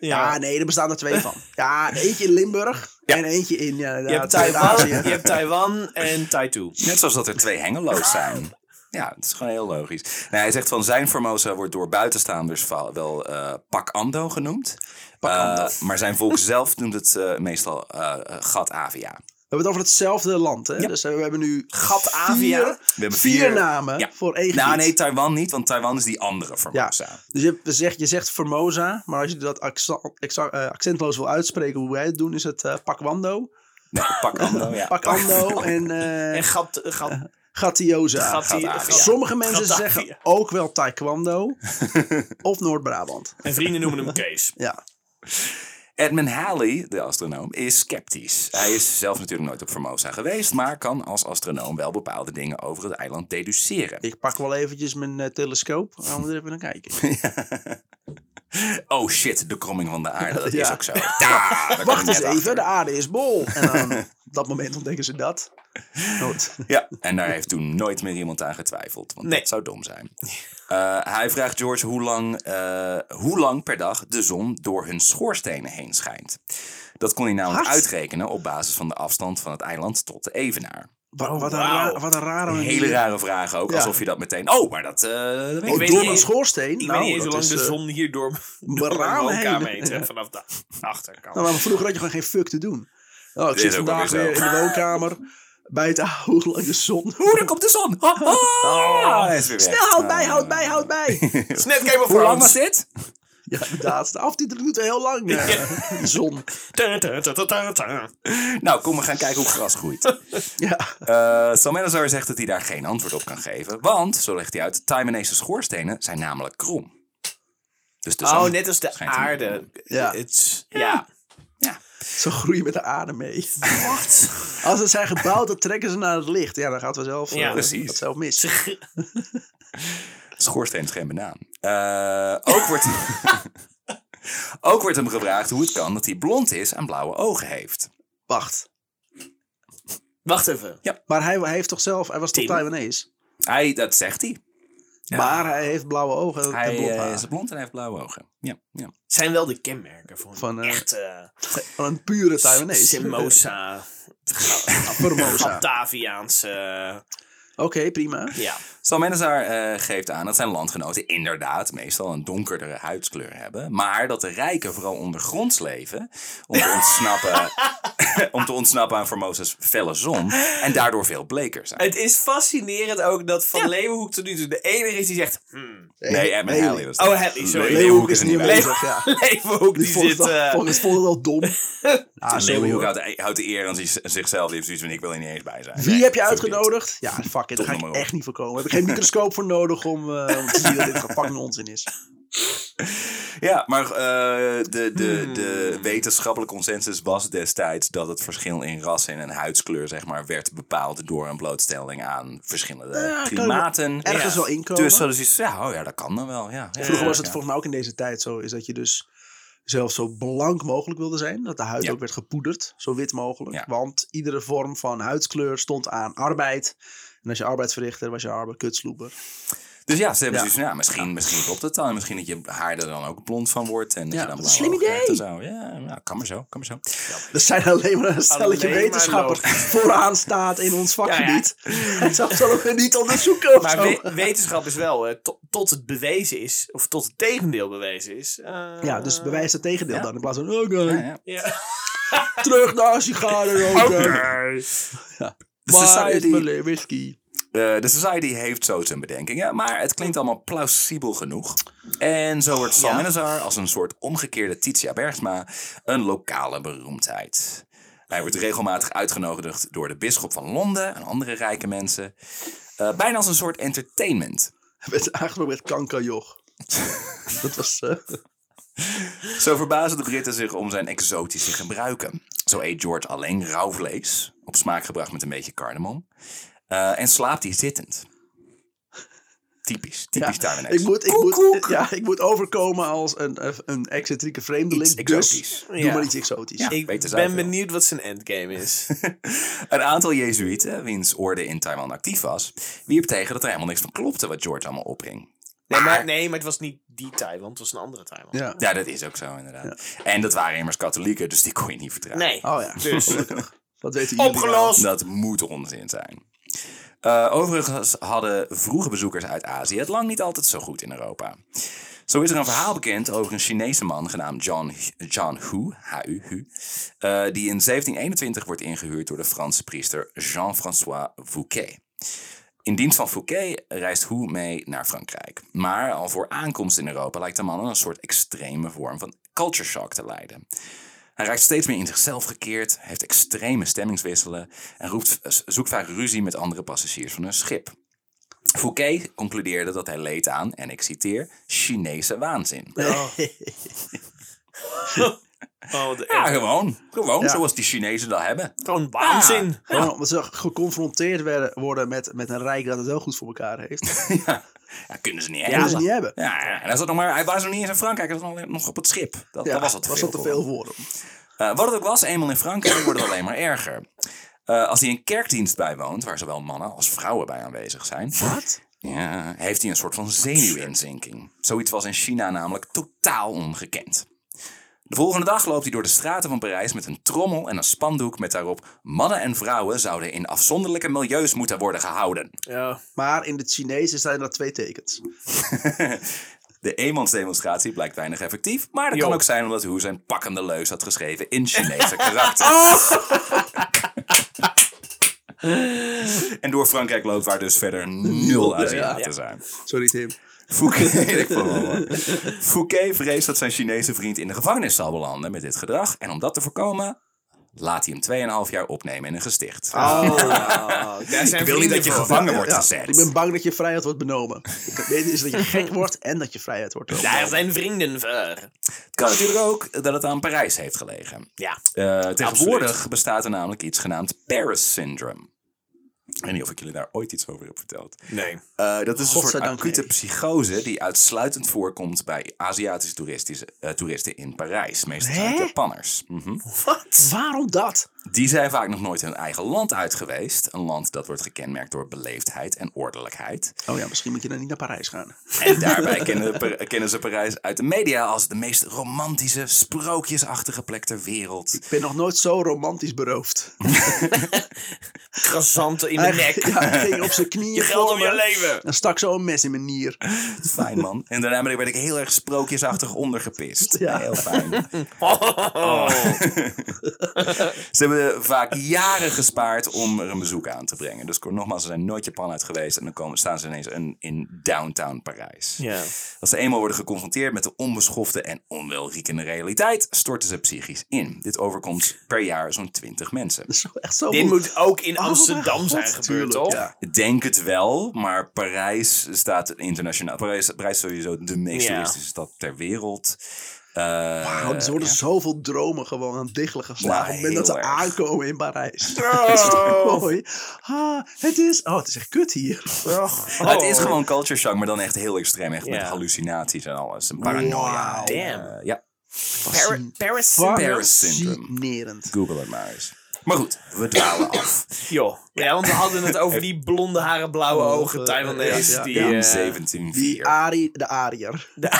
[SPEAKER 1] Ja, nee, er bestaan er twee van. Ja, eentje in Limburg en eentje in ja,
[SPEAKER 3] Je hebt,
[SPEAKER 1] Taiwan.
[SPEAKER 3] Taiwan, je hebt Taiwan en Taitu.
[SPEAKER 2] Net zoals dat er twee hengeloos zijn. Ja, het is gewoon heel logisch. Nou, hij zegt van zijn Formosa wordt door buitenstaanders va- wel eh Pak Ando genoemd.
[SPEAKER 1] Ando.
[SPEAKER 2] Eh, maar zijn volk zelf noemt het eh, meestal eh, eh, Gat Avia.
[SPEAKER 1] We hebben het over hetzelfde land, hè? Dus eh, we hebben nu
[SPEAKER 3] Gat Avia.
[SPEAKER 1] vier,
[SPEAKER 2] We hebben
[SPEAKER 1] vier
[SPEAKER 2] vier-
[SPEAKER 1] namen
[SPEAKER 2] Ja.
[SPEAKER 1] voor één
[SPEAKER 2] Nou
[SPEAKER 1] gebied.
[SPEAKER 2] nee, Taiwan niet, want Taiwan is die andere Formosa.
[SPEAKER 1] Dus je, hebt- je zegt, je zegt Formosa, maar als je dat accent, accentloos wil uitspreken hoe wij het doen, is het eh Pakwando,
[SPEAKER 2] Nee, Pak Ando, ja.
[SPEAKER 1] Pakando en eh
[SPEAKER 3] En Gat... gat
[SPEAKER 1] Gatioza.
[SPEAKER 3] Gat-
[SPEAKER 2] Gat Avia.
[SPEAKER 3] Gat-
[SPEAKER 1] Sommige mensen
[SPEAKER 3] Gat-
[SPEAKER 1] zeggen
[SPEAKER 3] Gat-
[SPEAKER 1] ook wel Taekwondo of Noord-Brabant.
[SPEAKER 3] en vrienden noemen hem Kees.
[SPEAKER 1] Ja.
[SPEAKER 2] Edmund Halley, de astronoom, is sceptisch. Hij is zelf natuurlijk nooit op Formosa geweest, maar kan als astronoom wel bepaalde dingen over het eiland deduceren.
[SPEAKER 1] Ik pak wel eventjes mijn eh, telescoop. Dan moeten we er even naar kijken.
[SPEAKER 2] Oh shit, de kromming van de aarde, dat is
[SPEAKER 1] Ja.
[SPEAKER 2] ook zo. Daar, daar kom ik
[SPEAKER 1] Wacht
[SPEAKER 2] net
[SPEAKER 1] eens
[SPEAKER 2] achter.
[SPEAKER 1] even, de aarde is bol. En dan, op dat moment ontdekken ze dat. Goed.
[SPEAKER 2] Ja, en daar heeft toen nooit meer iemand aan getwijfeld, want
[SPEAKER 3] Nee.
[SPEAKER 2] dat zou dom zijn. Eh, hij vraagt George hoe lang, eh, hoe lang per dag de zon door hun schoorstenen heen schijnt. Dat kon hij namelijk
[SPEAKER 1] Wat?
[SPEAKER 2] uitrekenen op basis van de afstand van het eiland tot de evenaar.
[SPEAKER 1] Wa- wat, een
[SPEAKER 3] wauw.
[SPEAKER 1] raar, wat een rare
[SPEAKER 2] Een
[SPEAKER 1] manier.
[SPEAKER 2] hele rare vraag ook,
[SPEAKER 1] Oh, Ja.
[SPEAKER 2] alsof je dat meteen... Oh, maar dat, eh, dat weet
[SPEAKER 1] Oh,
[SPEAKER 2] ik
[SPEAKER 3] weet
[SPEAKER 2] niet.
[SPEAKER 3] niet
[SPEAKER 1] door een
[SPEAKER 3] eens-
[SPEAKER 1] schoorsteen?
[SPEAKER 3] Ik
[SPEAKER 1] Nou,
[SPEAKER 3] weet niet eens
[SPEAKER 1] dat
[SPEAKER 3] hoe lang
[SPEAKER 1] is,
[SPEAKER 3] de
[SPEAKER 1] eh,
[SPEAKER 3] zon hier door, door mijn
[SPEAKER 1] Baraal
[SPEAKER 3] woonkamer
[SPEAKER 1] heen.
[SPEAKER 3] heen trekt vanaf de achterkant.
[SPEAKER 1] Nou, maar vroeger had je gewoon geen fuck te doen. Oh, ik
[SPEAKER 2] Dit
[SPEAKER 1] zit
[SPEAKER 2] is ook
[SPEAKER 1] vandaag
[SPEAKER 2] alweer
[SPEAKER 1] weer
[SPEAKER 2] zo.
[SPEAKER 1] in de woonkamer. Bij het oude lang de zon.
[SPEAKER 2] Oeh, daar komt de zon! Ha, ha. Hij is weer weg.
[SPEAKER 1] Snel, houd bij,
[SPEAKER 2] Ah.
[SPEAKER 1] houd bij, houd bij.
[SPEAKER 3] Het is net Game of
[SPEAKER 2] Hoe lang was
[SPEAKER 3] Thrones.
[SPEAKER 2] dit?
[SPEAKER 1] Ja, inderdaad. De aftiteling doet wel heel lang. eh, de zon.
[SPEAKER 3] Ta, ta, ta, ta, ta, ta.
[SPEAKER 2] Nou, kom, we gaan kijken hoe gras groeit.
[SPEAKER 1] Ja.
[SPEAKER 2] Eh Sam Elazar zegt dat hij daar geen antwoord op kan geven. Want, zo legt hij uit, Taiwanese schoorstenen zijn namelijk krom. Dus de
[SPEAKER 3] Oh,
[SPEAKER 2] zon-
[SPEAKER 3] net als de
[SPEAKER 2] schijnt hem-
[SPEAKER 3] aarde.
[SPEAKER 1] Ja.
[SPEAKER 3] Het- ja.
[SPEAKER 1] Ze groeien met de aarde mee.
[SPEAKER 3] Wat?
[SPEAKER 1] Als ze zijn gebouwd, dan trekken ze naar het licht. Ja, dan gaat het zelf,
[SPEAKER 3] Ja,
[SPEAKER 1] eh,
[SPEAKER 2] precies.
[SPEAKER 1] gaat zelf mis.
[SPEAKER 2] Schoorsteen is geen banaan. Eh, ook, wordt, ook wordt hem gevraagd hoe het kan dat hij blond is en blauwe ogen heeft.
[SPEAKER 1] Wacht.
[SPEAKER 3] Wacht even.
[SPEAKER 1] Maar hij, hij heeft toch zelf... Hij was toch
[SPEAKER 3] Tim?
[SPEAKER 1] Taiwanese?
[SPEAKER 2] Hij, dat zegt hij.
[SPEAKER 1] Maar hij heeft blauwe ogen en
[SPEAKER 2] Hij
[SPEAKER 1] blond
[SPEAKER 2] eh,
[SPEAKER 1] haar.
[SPEAKER 2] is blond en hij heeft blauwe ogen. Ja, ja.
[SPEAKER 3] Zijn wel de kenmerken van,
[SPEAKER 1] Van, eh,
[SPEAKER 3] echt eh
[SPEAKER 1] Van een pure Taiwanese.
[SPEAKER 3] Simosa,
[SPEAKER 1] Formosa.
[SPEAKER 3] Bataviaanse.
[SPEAKER 1] Oké, prima.
[SPEAKER 3] ja.
[SPEAKER 2] Salmanazar eh, geeft aan dat zijn landgenoten inderdaad meestal een donkerdere huidskleur hebben. Maar dat de rijken vooral ondergronds leven. Om te ontsnappen, om te ontsnappen aan Formosa's felle zon. En daardoor veel bleker zijn.
[SPEAKER 3] Het is fascinerend ook dat Van Leeuwenhoek tot nu toe de enige is die zegt... hmm.
[SPEAKER 2] Nee, Edmund
[SPEAKER 1] Haley.
[SPEAKER 2] Halley was dat.
[SPEAKER 3] Oh, Hadley, sorry.
[SPEAKER 1] Leeuwenhoek
[SPEAKER 2] Leeuwenhoek is
[SPEAKER 1] is
[SPEAKER 2] er
[SPEAKER 1] niet meer
[SPEAKER 2] niet bij.
[SPEAKER 1] bezig, ja.
[SPEAKER 3] Leeuwenhoek die
[SPEAKER 1] Die vond
[SPEAKER 3] zit...
[SPEAKER 1] het al-
[SPEAKER 3] eh,
[SPEAKER 1] vond het vond het al dom. Ah, sorry,
[SPEAKER 2] Leeuwenhoek
[SPEAKER 1] hoor.
[SPEAKER 2] houdt, de- houdt de eer aan zich- zichzelf. Die heeft zoiets van, ik wil er niet eens bij zijn.
[SPEAKER 1] Wie
[SPEAKER 2] Nee,
[SPEAKER 1] heb je
[SPEAKER 2] fuck
[SPEAKER 1] uitgenodigd? Ja, fuck it. Daar
[SPEAKER 2] Toch
[SPEAKER 1] ga
[SPEAKER 2] nog maar
[SPEAKER 1] ik
[SPEAKER 2] op.
[SPEAKER 1] echt niet voor komen. Heb ik geen microscoop voor nodig om, eh, om te zien dat dit fucking onzin is.
[SPEAKER 2] it. Ja, maar eh, de, de,
[SPEAKER 1] Hmm.
[SPEAKER 2] de wetenschappelijke consensus was destijds dat het verschil in ras en in huidskleur zeg maar, werd bepaald door een blootstelling aan verschillende
[SPEAKER 1] kan je
[SPEAKER 2] klimaten.
[SPEAKER 1] Ergens
[SPEAKER 3] Ja.
[SPEAKER 1] wel inkomen.
[SPEAKER 2] Dus dat is iets, ja, oh ja, dat kan dan wel. Ja. Ja,
[SPEAKER 1] Vroeger
[SPEAKER 2] ja,
[SPEAKER 1] was het
[SPEAKER 2] ja.
[SPEAKER 1] volgens mij ook in deze tijd zo. Is dat je dus zelfs zo blank mogelijk wilde zijn. Dat de huid
[SPEAKER 2] Ja.
[SPEAKER 1] ook werd gepoederd. Zo wit mogelijk.
[SPEAKER 2] Ja.
[SPEAKER 1] Want iedere vorm van huidskleur stond aan arbeid. En als je arbeid verrichtte, was je arbeid kutsloeber.
[SPEAKER 2] Dus ja, ze hebben
[SPEAKER 1] Ja.
[SPEAKER 2] zoiets van, ja, misschien, misschien klopt het dan. Misschien dat je haar er dan ook blond van wordt. En dat
[SPEAKER 1] Ja,
[SPEAKER 2] je dan
[SPEAKER 1] wat een
[SPEAKER 2] blauwe
[SPEAKER 1] slim
[SPEAKER 2] ogen krijgt en zo. Ja, nou, kan maar zo, kan maar zo.
[SPEAKER 1] Er zijn alleen maar een stelletje
[SPEAKER 3] Alleen maar
[SPEAKER 1] wetenschappers vooraan staat in ons vakgebied. Dat zou zullen we niet onderzoeken of
[SPEAKER 3] maar
[SPEAKER 1] zo.
[SPEAKER 3] we- wetenschap is wel, eh, to- tot het bewezen is, of tot het tegendeel bewezen is. eh,
[SPEAKER 1] Ja, dus bewijs het tegendeel
[SPEAKER 2] Ja.
[SPEAKER 1] dan. In plaats van, oké,
[SPEAKER 2] Ja, ja.
[SPEAKER 3] Ja.
[SPEAKER 1] terug naar sigaren. Oké,
[SPEAKER 2] De
[SPEAKER 1] waar is
[SPEAKER 2] society-
[SPEAKER 1] mijn le- whisky?
[SPEAKER 2] Eh, de Society heeft zo zijn bedenkingen, maar het klinkt allemaal plausibel genoeg. En zo wordt Sam
[SPEAKER 3] Ja.
[SPEAKER 2] Menazar als een soort omgekeerde Titia Bergsma een lokale beroemdheid. Hij wordt regelmatig uitgenodigd door de bisschop van Londen en andere rijke mensen. Eh, bijna als een soort entertainment.
[SPEAKER 1] Werd aangeroepen met kankerjoch. Dat was... eh,
[SPEAKER 2] Zo verbazen de Britten zich om zijn exotische gebruiken. Zo eet George alleen rauw vlees, op smaak gebracht met een beetje cardamom. Eh, en slaapt hij zittend. Typisch, typisch daar
[SPEAKER 1] ik, moet, ik, moet, ja, ik moet overkomen als een, eh, een excentrieke vreemdeling.
[SPEAKER 2] Iets exotisch.
[SPEAKER 1] Dus doe
[SPEAKER 3] Ja.
[SPEAKER 1] maar iets exotisch.
[SPEAKER 2] Ja.
[SPEAKER 3] Ik
[SPEAKER 2] Beter
[SPEAKER 3] ben
[SPEAKER 2] zelf wel.
[SPEAKER 3] benieuwd wat zijn endgame is.
[SPEAKER 2] Een aantal Jezuïeten, wiens orde in Taiwan actief was, wierp tegen dat er helemaal niks van klopte wat George allemaal opging.
[SPEAKER 3] Nee, maar, nee, maar het was niet die Taiwan. Het was een andere Taiwan.
[SPEAKER 1] Ja.
[SPEAKER 2] Ja, dat is ook zo inderdaad. En dat waren immers katholieken, dus die kon je niet vertrouwen.
[SPEAKER 3] Nee.
[SPEAKER 1] Oh ja.
[SPEAKER 3] Dus.
[SPEAKER 1] Wat weten jullie
[SPEAKER 3] Opgelost.
[SPEAKER 2] Dat moet onzin zijn. Eh, overigens hadden vroege bezoekers uit Azië het lang niet altijd zo goed in Europa. Zo is er een verhaal bekend over een Chinese man genaamd John, John Hu, H-U-Hu eh, die in 1721 wordt ingehuurd door de Franse priester Jean-François Fouquet. In dienst van Fouquet reist Hu mee naar Frankrijk. Maar al voor aankomst in Europa lijkt de man aan een soort extreme vorm van culture shock te lijden. Hij raakt steeds meer in zichzelf gekeerd, heeft extreme stemmingswisselen en roept, zoekt vaak ruzie met andere passagiers van een schip. Fouquet concludeerde dat hij leed aan, en ik citeer, Chinese waanzin.
[SPEAKER 3] Oh. oh, de
[SPEAKER 2] Ja, gewoon. Gewoon
[SPEAKER 1] Ja.
[SPEAKER 2] zoals die Chinezen dat hebben.
[SPEAKER 3] Gewoon waanzin.
[SPEAKER 1] Ja, omdat ze geconfronteerd werden, worden met, met een rijk dat het wel goed voor elkaar heeft.
[SPEAKER 2] ja. ja, kunnen ze niet
[SPEAKER 1] Dat
[SPEAKER 2] hebben.
[SPEAKER 1] ze het niet hebben.
[SPEAKER 2] Ja, ja, en hij, zat nog maar, hij was nog niet eens in Frankrijk, hij zat nog, nog op het schip. Dat,
[SPEAKER 1] Ja,
[SPEAKER 2] dat was al te veel.
[SPEAKER 1] te
[SPEAKER 2] voor
[SPEAKER 1] veel
[SPEAKER 2] hem.
[SPEAKER 1] voor hem.
[SPEAKER 2] Eh, wat het ook was, eenmaal in Frankrijk wordt het alleen maar erger. Eh, als hij een kerkdienst bijwoont, waar zowel mannen als vrouwen bij aanwezig zijn,
[SPEAKER 1] Wat?
[SPEAKER 2] ja, heeft hij een soort van zenuwinzinking. Zoiets was in China namelijk totaal ongekend. De volgende dag loopt hij door de straten van Parijs met een trommel en een spandoek met daarop: Mannen en vrouwen zouden in afzonderlijke milieus moeten worden gehouden.
[SPEAKER 3] Ja.
[SPEAKER 1] Maar in het Chinees zijn dat twee tekens.
[SPEAKER 2] De eenmansdemonstratie blijkt weinig effectief, maar dat
[SPEAKER 3] Jo.
[SPEAKER 2] kan ook zijn omdat Hu zijn pakkende leus had geschreven in Chinese karakter. en door Frankrijk loopt waar dus verder nul Aziaten zijn.
[SPEAKER 1] Sorry Tim.
[SPEAKER 2] Fouquet, ik vond het wel mooi. Fouquet vreest dat zijn Chinese vriend in de gevangenis zal belanden met dit gedrag. En om dat te voorkomen, laat hij hem 2,5 jaar opnemen in een gesticht.
[SPEAKER 1] Ah,
[SPEAKER 2] ik wil niet dat je gevangen wordt
[SPEAKER 1] Oh. Ja,
[SPEAKER 2] gezet.
[SPEAKER 1] Ik ben bang dat je vrijheid wordt benomen. Het beter is dat je gek wordt en dat je vrijheid wordt benomen.
[SPEAKER 3] Daar zijn vrienden voor.
[SPEAKER 2] Het kan natuurlijk ook dat het aan Parijs heeft gelegen.
[SPEAKER 3] Ja.
[SPEAKER 2] Eh, tegenwoordig bestaat er namelijk iets genaamd Paris Syndrome. Ik weet niet of ik jullie daar ooit iets over heb verteld.
[SPEAKER 3] Nee.
[SPEAKER 2] Eh, dat is een soort
[SPEAKER 1] Godzijdank
[SPEAKER 2] acute
[SPEAKER 1] nee.
[SPEAKER 2] psychose die uitsluitend voorkomt bij Aziatische toeristische, eh, toeristen in Parijs. Meestal zijn het
[SPEAKER 1] Hè?
[SPEAKER 2] Japanners. Mhm.
[SPEAKER 3] Wat?
[SPEAKER 1] Waarom dat?
[SPEAKER 2] Die zijn vaak nog nooit hun eigen land uit geweest. Een land dat wordt gekenmerkt door beleefdheid en ordelijkheid.
[SPEAKER 1] Oh ja, misschien moet je dan niet naar Parijs gaan.
[SPEAKER 2] En daarbij kennen, Par- kennen ze Parijs uit de media als de meest romantische, sprookjesachtige plek ter wereld.
[SPEAKER 1] Ik ben nog nooit zo romantisch beroofd.
[SPEAKER 3] Krasanten in de
[SPEAKER 1] Hij,
[SPEAKER 3] nek.
[SPEAKER 1] ja, hij ging op zijn knieën
[SPEAKER 3] Je geldt
[SPEAKER 1] voor
[SPEAKER 3] om je
[SPEAKER 1] me
[SPEAKER 3] leven.
[SPEAKER 1] En stak zo een mes in mijn nier.
[SPEAKER 2] Fijn man. En daarna werd ik heel erg sprookjesachtig ondergepist.
[SPEAKER 1] Ja.
[SPEAKER 2] Heel fijn.
[SPEAKER 3] Oh.
[SPEAKER 2] Ze hebben vaak jaren gespaard om er een bezoek aan te brengen. Dus nogmaals, ze zijn nooit Japan uit geweest. En dan komen, staan ze ineens in, in downtown Parijs.
[SPEAKER 3] Ja.
[SPEAKER 2] Als ze eenmaal worden geconfronteerd met de onbeschofte en onwelriekende realiteit, storten ze psychisch in. Dit overkomt per jaar zo'n 20 mensen.
[SPEAKER 1] Dat is echt zo
[SPEAKER 3] Dit
[SPEAKER 1] goed.
[SPEAKER 3] moet ook in
[SPEAKER 1] Oh,
[SPEAKER 3] Amsterdam
[SPEAKER 1] mijn
[SPEAKER 3] zijn
[SPEAKER 1] God,
[SPEAKER 3] gebeurd,
[SPEAKER 1] tuurlijk,
[SPEAKER 3] toch?
[SPEAKER 1] ja.
[SPEAKER 2] Denk het wel, maar Parijs staat internationaal. Parijs, Parijs is sowieso de meest
[SPEAKER 3] Ja.
[SPEAKER 2] toeristische stad ter wereld. Eh,
[SPEAKER 1] Nou, er worden zoveel dromen gewoon aan het diggelen geslagen.
[SPEAKER 2] Nou,
[SPEAKER 1] op het moment dat
[SPEAKER 2] heel
[SPEAKER 1] ze
[SPEAKER 2] erg.
[SPEAKER 1] aankomen in Parijs.
[SPEAKER 3] Oh.
[SPEAKER 1] Dat is toch mooi? Ah, het is... Oh, het is echt kut hier.
[SPEAKER 2] Ah,
[SPEAKER 3] Oh,
[SPEAKER 2] het is gewoon culture shock, maar dan echt heel extreem. Echt met
[SPEAKER 3] Ja.
[SPEAKER 2] hallucinaties en alles. En paranoia.
[SPEAKER 1] Wow.
[SPEAKER 3] Damn.
[SPEAKER 2] Eh, ja, Paris
[SPEAKER 3] Paris.
[SPEAKER 2] syndrome.
[SPEAKER 1] Fascinerend.
[SPEAKER 2] google het maar eens. Maar goed, we dwalen af.
[SPEAKER 3] Joh. Ja, want we hadden het over die blonde haren, blauwe ogen
[SPEAKER 1] eh,
[SPEAKER 3] Taiwanese.
[SPEAKER 1] ja, ja.
[SPEAKER 3] die,
[SPEAKER 2] In
[SPEAKER 3] eh,
[SPEAKER 2] 1704.
[SPEAKER 1] Die Ari, de Ariër.
[SPEAKER 3] de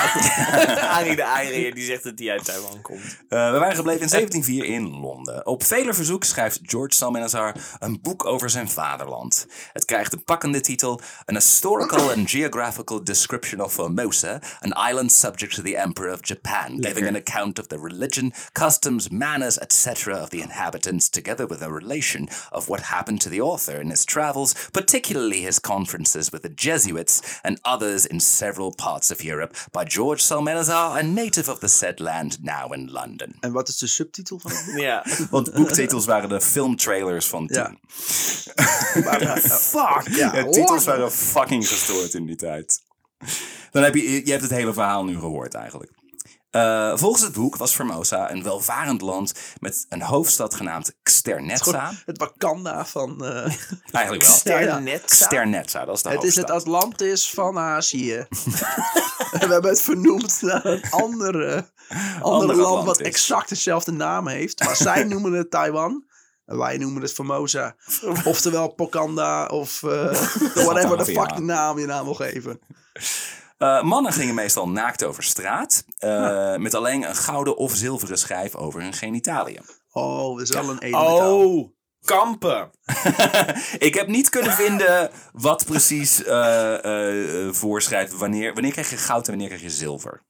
[SPEAKER 3] Arie de Arie, die zegt dat die uit Taiwan komt.
[SPEAKER 2] Eh, we waren gebleven in 1704 in Londen. Op vele verzoek schrijft George Salmanazar een boek over zijn vaderland. Het krijgt de pakkende titel An Historical and Geographical Description of Formosa, an island subject to the Emperor of Japan, giving an account of the religion, customs, manners, etc. of the inhabitants, together with a relation of what happened to the author in his travels, particularly his conferences with the Jesuits and others in several parts of Europe, by George Salmanazar, a native of the said land, now in London.
[SPEAKER 1] En wat is de subtitel van het boek?
[SPEAKER 3] Ja.
[SPEAKER 2] Want boektitels waren de filmtrailers van toen.
[SPEAKER 1] Ja. Maar, ja,
[SPEAKER 3] Fuck.
[SPEAKER 1] ja,
[SPEAKER 2] De titels waren fucking gestoord in die tijd. Dan heb je, je hebt het hele verhaal nu gehoord eigenlijk. Eh, Eh, volgens het boek was Formosa een welvarend land met een hoofdstad genaamd Xternetsa.
[SPEAKER 1] Het Wakanda van... eh,
[SPEAKER 2] Eigenlijk wel.
[SPEAKER 1] Ja, ja.
[SPEAKER 3] Sternet.
[SPEAKER 2] Xternetsa, dat is de
[SPEAKER 1] het is
[SPEAKER 2] hoofdstad.
[SPEAKER 1] het Atlantis van Azië. we hebben het vernoemd naar een andere, ander
[SPEAKER 2] Ander
[SPEAKER 1] land wat
[SPEAKER 2] Atlantis.
[SPEAKER 1] exact dezelfde naam heeft. Maar zij noemen het Taiwan. En wij noemen het Formosa. Oftewel Pocanda of eh, whatever the
[SPEAKER 2] Ja.
[SPEAKER 1] fuck de naam je naam wil geven.
[SPEAKER 2] Eh, mannen gingen meestal naakt over straat, eh, met alleen een gouden of zilveren schijf over hun genitaliën.
[SPEAKER 1] Oh, dat is wel een edelmetaal.
[SPEAKER 3] Oh, kampen.
[SPEAKER 2] Ik heb niet kunnen vinden wat precies eh, eh, eh, voorschrijft wanneer, wanneer krijg je goud en wanneer krijg je zilver.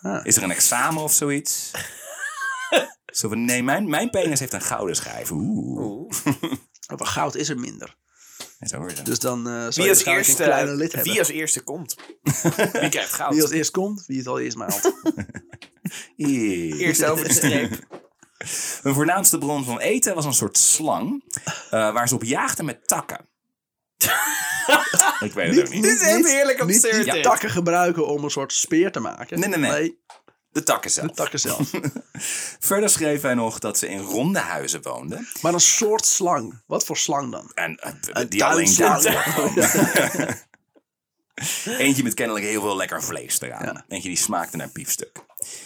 [SPEAKER 1] Ah.
[SPEAKER 2] Is er een examen of zoiets? Zo van, nee, mijn, mijn penis heeft een gouden schijf. Oeh.
[SPEAKER 1] Maar goud is er minder.
[SPEAKER 2] En zo hoor je dat.
[SPEAKER 1] Dus dan eh zou
[SPEAKER 3] Wie
[SPEAKER 1] je
[SPEAKER 3] als,
[SPEAKER 1] waarschijnlijk een kleine
[SPEAKER 3] eerste,
[SPEAKER 1] lid hebben.
[SPEAKER 3] wie als eerste komt. Wie krijgt goud?
[SPEAKER 1] Wie als eerst komt, wie het al eerst maalt.
[SPEAKER 2] Eeuw.
[SPEAKER 3] Eerst over de streep.
[SPEAKER 2] Hun voornaamste bron van eten was een soort slang, eh, waar ze op jaagden met takken. Ik weet het ook niet.
[SPEAKER 3] Dit is echt heerlijk
[SPEAKER 1] niet,
[SPEAKER 3] absurd,
[SPEAKER 1] niet
[SPEAKER 3] dit.
[SPEAKER 1] takken gebruiken om een soort speer te maken.
[SPEAKER 2] Nee, nee, nee. De takken zelf.
[SPEAKER 1] de takken zelf.
[SPEAKER 2] Verder schreef hij nog dat ze in ronde huizen woonden.
[SPEAKER 1] maar een soort slang. Wat voor slang dan?
[SPEAKER 2] En eh,
[SPEAKER 1] Een
[SPEAKER 2] die alleen daar
[SPEAKER 1] tuinslang.
[SPEAKER 2] voorkomen. Eentje met kennelijk heel veel lekker vlees eraan. Eentje die smaakte naar biefstuk.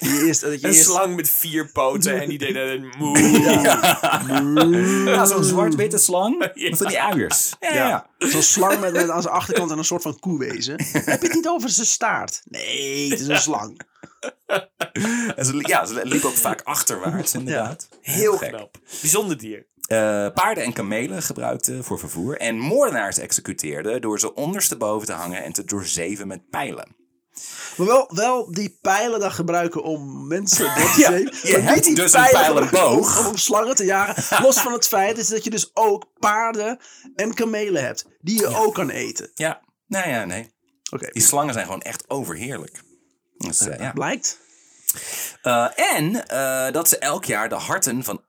[SPEAKER 1] Die eerst, dat je
[SPEAKER 3] Een
[SPEAKER 1] eerst-
[SPEAKER 3] slang met vier poten en die deed dan een moe.
[SPEAKER 2] Ja, zo'n zwart-witte slang. Van die uiers. Ja, ja.
[SPEAKER 1] Ja. Zo'n slang met, met aan zijn achterkant en een soort van koewezen. Heb je het niet over zijn staart? Nee, het is een slang.
[SPEAKER 2] En ze, li- ja, ze liep ook vaak achterwaarts, inderdaad.
[SPEAKER 3] Heel
[SPEAKER 2] gek.
[SPEAKER 3] knap. Bijzonder dier.
[SPEAKER 2] Eh, paarden en kamelen gebruikten voor vervoer. En moordenaars executeerden door ze ondersteboven te hangen en te doorzeven met pijlen.
[SPEAKER 1] Maar wel, wel die pijlen dan gebruiken om mensen door te
[SPEAKER 2] Ja,
[SPEAKER 1] zeven.
[SPEAKER 2] je
[SPEAKER 1] Maar niet
[SPEAKER 2] hebt
[SPEAKER 1] die
[SPEAKER 2] dus een
[SPEAKER 1] pijlen gebruiken
[SPEAKER 2] pijlenboog.
[SPEAKER 1] Om, om slangen te jagen. Los van het feit is dat je dus ook paarden en kamelen hebt. Die je ook kan eten.
[SPEAKER 2] Ja, nou ja, nee.
[SPEAKER 1] Oké,
[SPEAKER 2] Die slangen zijn gewoon echt overheerlijk. Dus, eh, ja.
[SPEAKER 1] blijkt.
[SPEAKER 2] Eh, en eh, dat ze elk jaar de harten van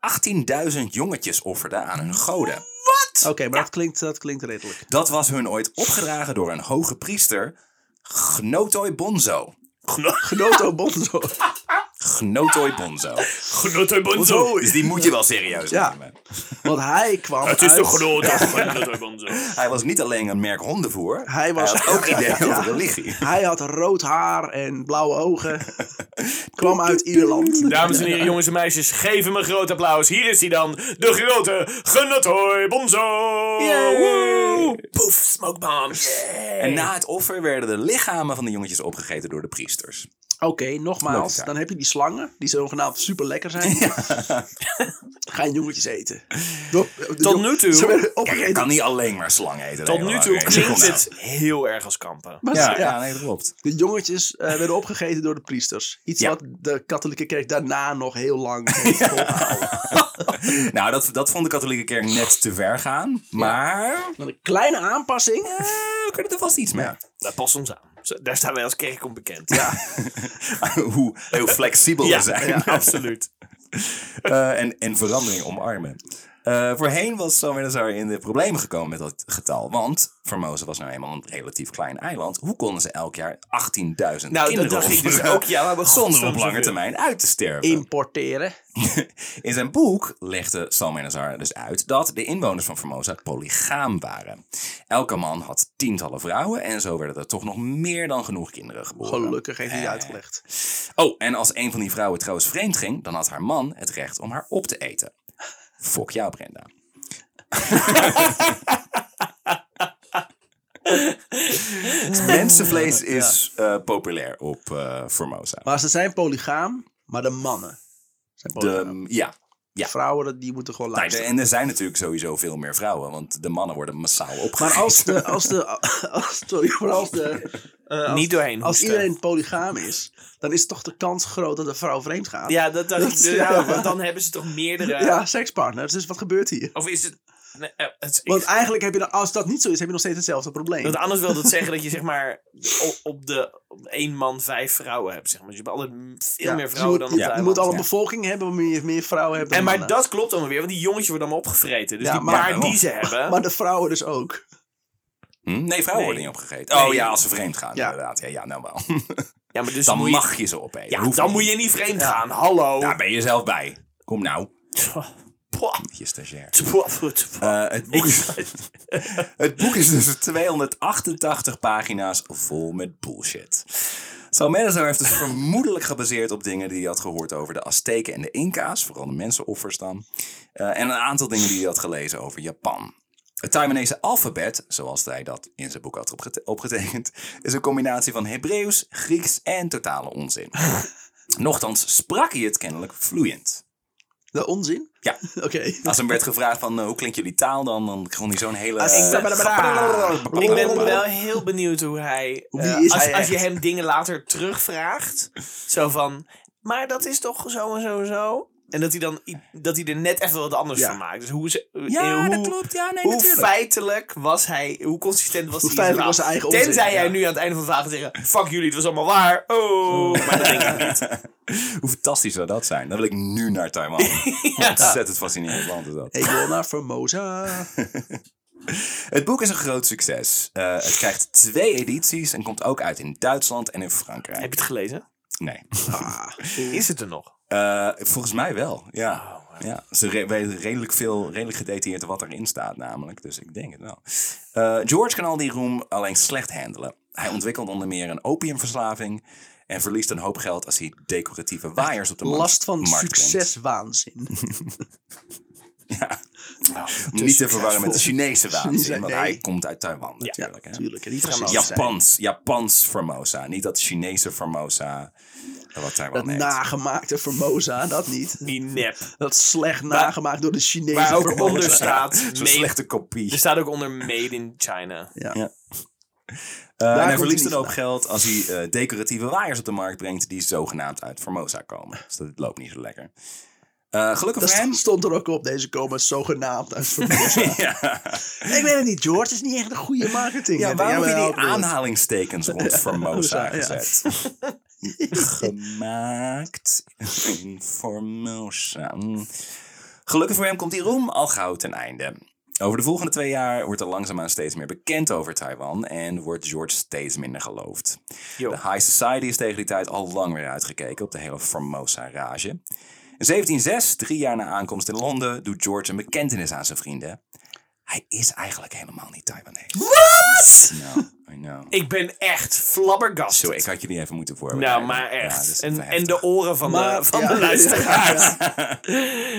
[SPEAKER 2] 18.000 jongetjes offerden aan hun goden.
[SPEAKER 1] Oké, maar dat, klinkt, dat klinkt redelijk.
[SPEAKER 2] Dat was hun ooit opgedragen door een hoge priester, Gnotoi Bonzo.
[SPEAKER 1] Genoto Bonzo.
[SPEAKER 2] Gnotoi Bonzo.
[SPEAKER 3] Genotte bonzo.
[SPEAKER 2] Dus die moet je wel serieus
[SPEAKER 1] Ja.
[SPEAKER 2] nemen.
[SPEAKER 1] Want hij kwam
[SPEAKER 3] Het is
[SPEAKER 1] uit-
[SPEAKER 3] toch genotte genotte bonzo.
[SPEAKER 2] Hij was niet alleen een merk hondenvoer.
[SPEAKER 1] Hij was-
[SPEAKER 2] had ook ideeën
[SPEAKER 1] Ja.
[SPEAKER 2] over religie.
[SPEAKER 1] Hij had rood haar en blauwe ogen. kwam uit Ierland.
[SPEAKER 3] Dames en heren, jongens en meisjes, geef hem een groot applaus. Hier is hij dan, de grote Genottoi Bonzo.
[SPEAKER 2] Yay.
[SPEAKER 3] Woe. Poef, smoke bombs.
[SPEAKER 2] En na het offer werden de lichamen van de jongetjes opgegeten door de priesters.
[SPEAKER 1] Oké, nogmaals.
[SPEAKER 2] Leuke taak.
[SPEAKER 1] Dan heb je die slangen, die zogenaamd super lekker zijn. Ga je jongetjes eten. Door- de jong-
[SPEAKER 3] nu toe-
[SPEAKER 1] Ze werden
[SPEAKER 2] Ja, je kan
[SPEAKER 1] opgegeten.
[SPEAKER 2] niet alleen maar slang eten.
[SPEAKER 3] Tot
[SPEAKER 2] Nee,
[SPEAKER 3] nu
[SPEAKER 2] maar-
[SPEAKER 3] toe
[SPEAKER 2] nee,
[SPEAKER 3] klinkt
[SPEAKER 2] kom nou.
[SPEAKER 3] het heel erg als kampen.
[SPEAKER 1] Maar
[SPEAKER 2] Ja,
[SPEAKER 1] ja,
[SPEAKER 2] ja, nee, dat klopt.
[SPEAKER 1] De jongetjes eh, werden opgegeten door de priesters. Iets
[SPEAKER 2] Ja.
[SPEAKER 1] wat de katholieke kerk daarna nog heel lang heeft volgehouden.
[SPEAKER 2] Nou, dat, dat vond de katholieke kerk net te ver gaan. Maar
[SPEAKER 1] Met een kleine aanpassing.
[SPEAKER 2] eh, we kunnen er vast iets mee.
[SPEAKER 3] Dat past ons aan. Zo, Daar staan wij als kerk onbekend. Ja,
[SPEAKER 2] hoe, hoe flexibel we zijn.
[SPEAKER 3] absoluut.
[SPEAKER 2] Eh, en, en verandering omarmen. Eh, voorheen was Salmanazar in de problemen gekomen met dat getal. Want Formosa was nou eenmaal een relatief klein eiland. Hoe konden ze elk jaar 18.000
[SPEAKER 3] dat
[SPEAKER 2] kinderen
[SPEAKER 3] dacht ik dus
[SPEAKER 2] offeren
[SPEAKER 3] ook. Ja, maar we
[SPEAKER 2] zonder
[SPEAKER 3] godsnaam
[SPEAKER 2] op lange
[SPEAKER 3] zoveel.
[SPEAKER 2] termijn uit te sterven.
[SPEAKER 1] Importeren.
[SPEAKER 2] In zijn boek legde Salmanazar dus uit dat de inwoners van Formosa polygaam waren. Elke man had tientallen vrouwen en zo werden er toch nog meer dan genoeg kinderen geboren.
[SPEAKER 1] Gelukkig heeft hij het uitgelegd.
[SPEAKER 2] Oh, en als een van die vrouwen trouwens vreemd ging, dan had haar man het recht om haar op te eten. Fok jou, Brenda. Mensenvlees is eh, populair op eh, Formosa.
[SPEAKER 1] Maar ze zijn polygaam, maar de mannen zijn polygaam.
[SPEAKER 2] De, ja,
[SPEAKER 1] De vrouwen, dat- die moeten gewoon
[SPEAKER 2] Nou, de-
[SPEAKER 1] luisteren.
[SPEAKER 2] en er zijn natuurlijk sowieso veel meer vrouwen, want de mannen worden massaal opgegeten.
[SPEAKER 1] Maar als de, als de, als, sorry, maar als de, eh, als,
[SPEAKER 3] Niet doorheen
[SPEAKER 1] als
[SPEAKER 3] hoesten.
[SPEAKER 1] iedereen polygaam is, dan is toch de kans groot dat een vrouw vreemd gaat?
[SPEAKER 3] Ja, dat dacht ik
[SPEAKER 1] Dat-
[SPEAKER 3] dus
[SPEAKER 1] ja.
[SPEAKER 3] ook, want dan hebben ze toch meerdere...
[SPEAKER 1] Ja, sekspartners, dus wat gebeurt hier?
[SPEAKER 3] Of is het... Nee, eh, het is-
[SPEAKER 1] Want eigenlijk heb je, dan, als dat niet zo is, heb je nog steeds hetzelfde probleem.
[SPEAKER 3] Want anders wil dat zeggen dat je zeg maar op, op de op één man vijf vrouwen hebt. Zeg maar. Dus je hebt altijd m- veel
[SPEAKER 1] Ja,
[SPEAKER 3] meer
[SPEAKER 1] dus je
[SPEAKER 3] vrouwen
[SPEAKER 1] moet-
[SPEAKER 3] dan op
[SPEAKER 1] Je
[SPEAKER 3] de
[SPEAKER 1] moet
[SPEAKER 3] eiland.
[SPEAKER 1] al een
[SPEAKER 2] ja.
[SPEAKER 1] bevolking hebben waarmee je meer vrouwen hebt dan
[SPEAKER 3] En maar
[SPEAKER 1] mannen.
[SPEAKER 3] dat klopt dan weer, want die jongetjes worden allemaal opgevreten. Dus
[SPEAKER 1] Ja,
[SPEAKER 3] die
[SPEAKER 1] maar-
[SPEAKER 3] paar
[SPEAKER 2] Ja,
[SPEAKER 3] die
[SPEAKER 2] wel.
[SPEAKER 3] ze hebben.
[SPEAKER 1] Maar de vrouwen dus ook.
[SPEAKER 2] Hm? Nee, vrouwen
[SPEAKER 3] Nee.
[SPEAKER 2] worden niet opgegeten. Oh
[SPEAKER 3] Nee.
[SPEAKER 2] ja, als ze vreemd gaan,
[SPEAKER 1] Ja.
[SPEAKER 2] inderdaad. Ja, ja, nou wel.
[SPEAKER 3] Ja, maar dus
[SPEAKER 2] dan
[SPEAKER 3] moet
[SPEAKER 2] mag je ze opeten.
[SPEAKER 3] je, ja,
[SPEAKER 2] Hoeft
[SPEAKER 3] dan
[SPEAKER 2] niet.
[SPEAKER 3] moet je niet vreemd gaan. Hallo.
[SPEAKER 2] Daar ben je zelf bij. Kom nou.
[SPEAKER 3] Tja, pwa,
[SPEAKER 2] Je stagiair.
[SPEAKER 3] twa, twa, twa.
[SPEAKER 2] Eh, het, boek is, het boek is dus 288 pagina's vol met bullshit. Salmenazar heeft het vermoedelijk gebaseerd op dingen die hij had gehoord over de Azteken en de Inca's, vooral de mensenoffers dan, eh, en een aantal dingen die hij had gelezen over Japan. Het Taiwanese alfabet, zoals hij dat in zijn boek had opgete- opgetekend, is een combinatie van Hebreeuws, Grieks en totale onzin. Nochtans sprak hij het kennelijk vloeiend.
[SPEAKER 1] De onzin?
[SPEAKER 2] Ja.
[SPEAKER 1] Oké.
[SPEAKER 2] Als hem werd gevraagd van eh, hoe klinkt jullie taal dan, dan kon hij zo'n hele... eh,
[SPEAKER 1] Als ik-
[SPEAKER 3] Ik ben wel heel benieuwd hoe hij.
[SPEAKER 1] Wie
[SPEAKER 3] eh,
[SPEAKER 1] is
[SPEAKER 3] als,
[SPEAKER 1] hij
[SPEAKER 3] als je
[SPEAKER 1] echt?
[SPEAKER 3] hem dingen later terugvraagt. Zo van. Maar dat is toch zo en zo en zo. En dat hij dan i- dat hij er net even wat anders
[SPEAKER 1] Ja.
[SPEAKER 3] van maakt. Dus hoe, is- eh,
[SPEAKER 2] Ja,
[SPEAKER 3] hoe,
[SPEAKER 2] dat klopt. Ja, nee,
[SPEAKER 3] hoe
[SPEAKER 2] natuurlijk.
[SPEAKER 3] feitelijk was hij. Hoe consistent was
[SPEAKER 1] Hoe
[SPEAKER 3] hij?
[SPEAKER 1] feitelijk
[SPEAKER 3] in
[SPEAKER 1] was zijn
[SPEAKER 3] zijn
[SPEAKER 1] eigen
[SPEAKER 3] verhaal?
[SPEAKER 1] onzin?
[SPEAKER 3] Tenzij jij
[SPEAKER 1] ja.
[SPEAKER 3] nu aan het einde van de vraag gaat zeggen: Fuck jullie, het was allemaal waar. Oh. Maar dat denk ik niet.
[SPEAKER 2] Hoe fantastisch zou dat zijn? Dan wil ik nu naar Taiwan. Ontzettend fascinerend land is dat.
[SPEAKER 1] Ik wil naar Formosa.
[SPEAKER 2] Het boek is een groot succes. Eh, het krijgt twee edities en komt ook uit in Duitsland en in
[SPEAKER 3] Heb
[SPEAKER 2] Frankrijk.
[SPEAKER 3] je het gelezen?
[SPEAKER 2] Nee.
[SPEAKER 1] Ah,
[SPEAKER 3] Is het er nog?
[SPEAKER 2] Eh, volgens mij wel,
[SPEAKER 1] Oh,
[SPEAKER 2] ja. ja ze re- weten redelijk veel, redelijk gedetailleerd wat erin staat namelijk. Dus ik denk het wel. Eh, George kan al die roem alleen slecht handelen. Hij ontwikkelt onder meer een opiumverslaving... en verliest een hoop geld als hij decoratieve waaiers op de markt
[SPEAKER 1] last van
[SPEAKER 2] markt brengt.
[SPEAKER 1] succeswaanzin.
[SPEAKER 2] Ja. niet te verwarren met de Chinese waanzin, want
[SPEAKER 1] Nee.
[SPEAKER 2] hij komt uit Taiwan
[SPEAKER 1] Ja,
[SPEAKER 2] natuurlijk. hè.
[SPEAKER 1] natuurlijk. En niet racist zijn.
[SPEAKER 2] Japans, Japans Formosa. Niet dat Chinese Formosa, eh, wat Taiwan
[SPEAKER 1] Dat
[SPEAKER 2] heet.
[SPEAKER 1] nagemaakte Formosa, dat niet.
[SPEAKER 3] Die nep.
[SPEAKER 1] Dat is slecht nagemaakt door de Chinezen.
[SPEAKER 3] Waar ook
[SPEAKER 1] Formosa.
[SPEAKER 3] onder staat.
[SPEAKER 2] Zo'n
[SPEAKER 3] made-
[SPEAKER 2] slechte kopie.
[SPEAKER 3] Er staat ook onder Made in China.
[SPEAKER 1] Ja.
[SPEAKER 2] Ja.
[SPEAKER 1] Daar
[SPEAKER 2] Eh, en hij
[SPEAKER 1] komt
[SPEAKER 2] verliest
[SPEAKER 1] hij
[SPEAKER 2] een
[SPEAKER 1] niet
[SPEAKER 2] hoop geld als hij eh, decoratieve waaiers op de markt brengt die zogenaamd uit Formosa komen. Dus dat loopt niet zo lekker. Eh, gelukkig
[SPEAKER 1] Dat
[SPEAKER 2] voor hem.
[SPEAKER 1] st- stond er ook op. Deze komen zogenaamd uit Formosa.
[SPEAKER 2] ja,
[SPEAKER 1] ik weet het niet, George. Het is niet echt een goede marketing.
[SPEAKER 2] ja,
[SPEAKER 1] Heb
[SPEAKER 2] waarom
[SPEAKER 1] jij
[SPEAKER 2] heb je
[SPEAKER 1] wel
[SPEAKER 2] die
[SPEAKER 1] bedoeld?
[SPEAKER 2] aanhalingstekens rond Formosa
[SPEAKER 1] ja.
[SPEAKER 2] gezet? Gemaakt in Formosa. Mm. Gelukkig voor hem komt die roem al gauw ten einde. Over de volgende twee jaar wordt er langzaamaan steeds meer bekend over Taiwan en wordt George steeds minder geloofd.
[SPEAKER 3] Yo.
[SPEAKER 2] De high society is tegen die tijd al lang weer uitgekeken op de hele Formosa-rage. In 1706, drie jaar na aankomst in Londen, doet George een bekentenis aan zijn vrienden. Hij is eigenlijk helemaal niet Taiwanese. What? I know.
[SPEAKER 3] Ik ben echt flabbergast.
[SPEAKER 2] Zo, ik had jullie even moeten voorbereiden.
[SPEAKER 3] Nou, maar
[SPEAKER 2] Ja, dus dat
[SPEAKER 3] echt.
[SPEAKER 2] is te
[SPEAKER 3] en, en
[SPEAKER 2] heftig.
[SPEAKER 3] de oren van
[SPEAKER 1] Maar-
[SPEAKER 3] de, van
[SPEAKER 1] ja,
[SPEAKER 3] de luisteraars.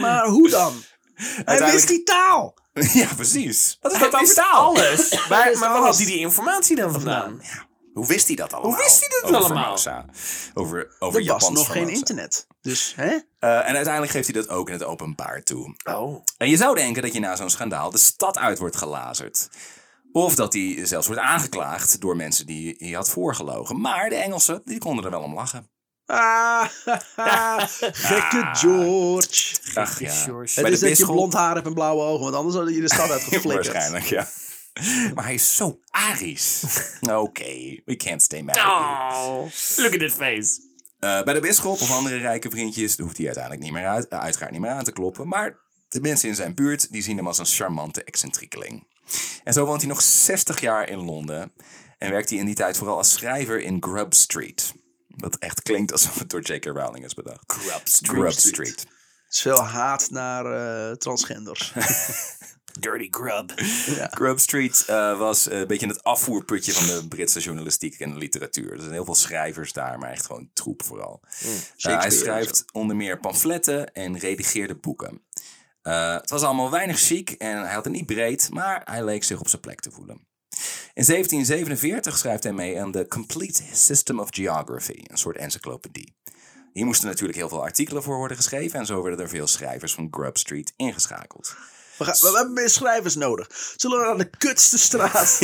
[SPEAKER 1] Maar hoe dan? Hij wist
[SPEAKER 2] Uiteindelijk-
[SPEAKER 1] die taal.
[SPEAKER 2] Ja, precies.
[SPEAKER 3] Wat is dat dan voor alles? Maar, maar waar had
[SPEAKER 1] alles.
[SPEAKER 3] hij die informatie dan vandaan?
[SPEAKER 2] Hoe wist hij dat allemaal?
[SPEAKER 3] wist hij dat
[SPEAKER 2] Over
[SPEAKER 3] allemaal?
[SPEAKER 2] Formosa. Over, over
[SPEAKER 1] Er was
[SPEAKER 2] Japans
[SPEAKER 1] nog geen
[SPEAKER 2] Formosa.
[SPEAKER 1] internet. Dus, hè?
[SPEAKER 2] Eh, en uiteindelijk geeft hij dat ook in het openbaar toe.
[SPEAKER 3] Oh.
[SPEAKER 2] En je zou denken dat je na zo'n schandaal de stad uit wordt gelazerd. Of dat hij zelfs wordt aangeklaagd door mensen die hij had voorgelogen. Maar de Engelsen, die konden er wel om lachen.
[SPEAKER 1] Ah, gekke George.
[SPEAKER 2] Ach ja.
[SPEAKER 3] George.
[SPEAKER 2] Bij
[SPEAKER 1] Het is
[SPEAKER 2] de
[SPEAKER 1] dat je
[SPEAKER 2] bisschop
[SPEAKER 1] blond haar hebt en blauwe ogen, want anders had je de stad uit geflikkerd.
[SPEAKER 2] waarschijnlijk, ja. Maar hij is zo Arisch. Oké, we can't stay mad at you.
[SPEAKER 1] Nou.
[SPEAKER 3] Oh, look at this face.
[SPEAKER 2] Eh, bij de bisschop of andere rijke vriendjes hoeft hij uiteindelijk niet meer uit, eh, uiteraard niet meer aan te kloppen. Maar de mensen in zijn buurt die zien hem als een charmante excentriekeling. En zo woont hij nog 60 jaar in Londen. En werkt hij in die tijd vooral als schrijver in Grub Street. Wat echt klinkt alsof het door J.K. Rowling is bedacht. Grub Street.
[SPEAKER 1] Street. Het is veel haat naar eh, transgenders.
[SPEAKER 3] Dirty grub.
[SPEAKER 2] Grub Street eh, was eh, een beetje het afvoerputje van de Britse journalistiek en de literatuur. Dus Er zijn heel veel schrijvers daar, maar echt gewoon troep vooral. Eh, hij
[SPEAKER 1] en
[SPEAKER 2] schrijft onder meer pamfletten en redigeerde boeken. Eh, het was allemaal weinig chic en hij had het niet breed, maar hij leek zich op zijn plek te voelen. In 1747 schrijft hij mee aan The Complete System of Geography, een soort encyclopedie. Hier moesten natuurlijk heel veel artikelen voor worden geschreven en zo werden er veel schrijvers van Grub Street ingeschakeld.
[SPEAKER 1] We, gaan, we hebben meer schrijvers nodig. Zullen we naar de kutste straat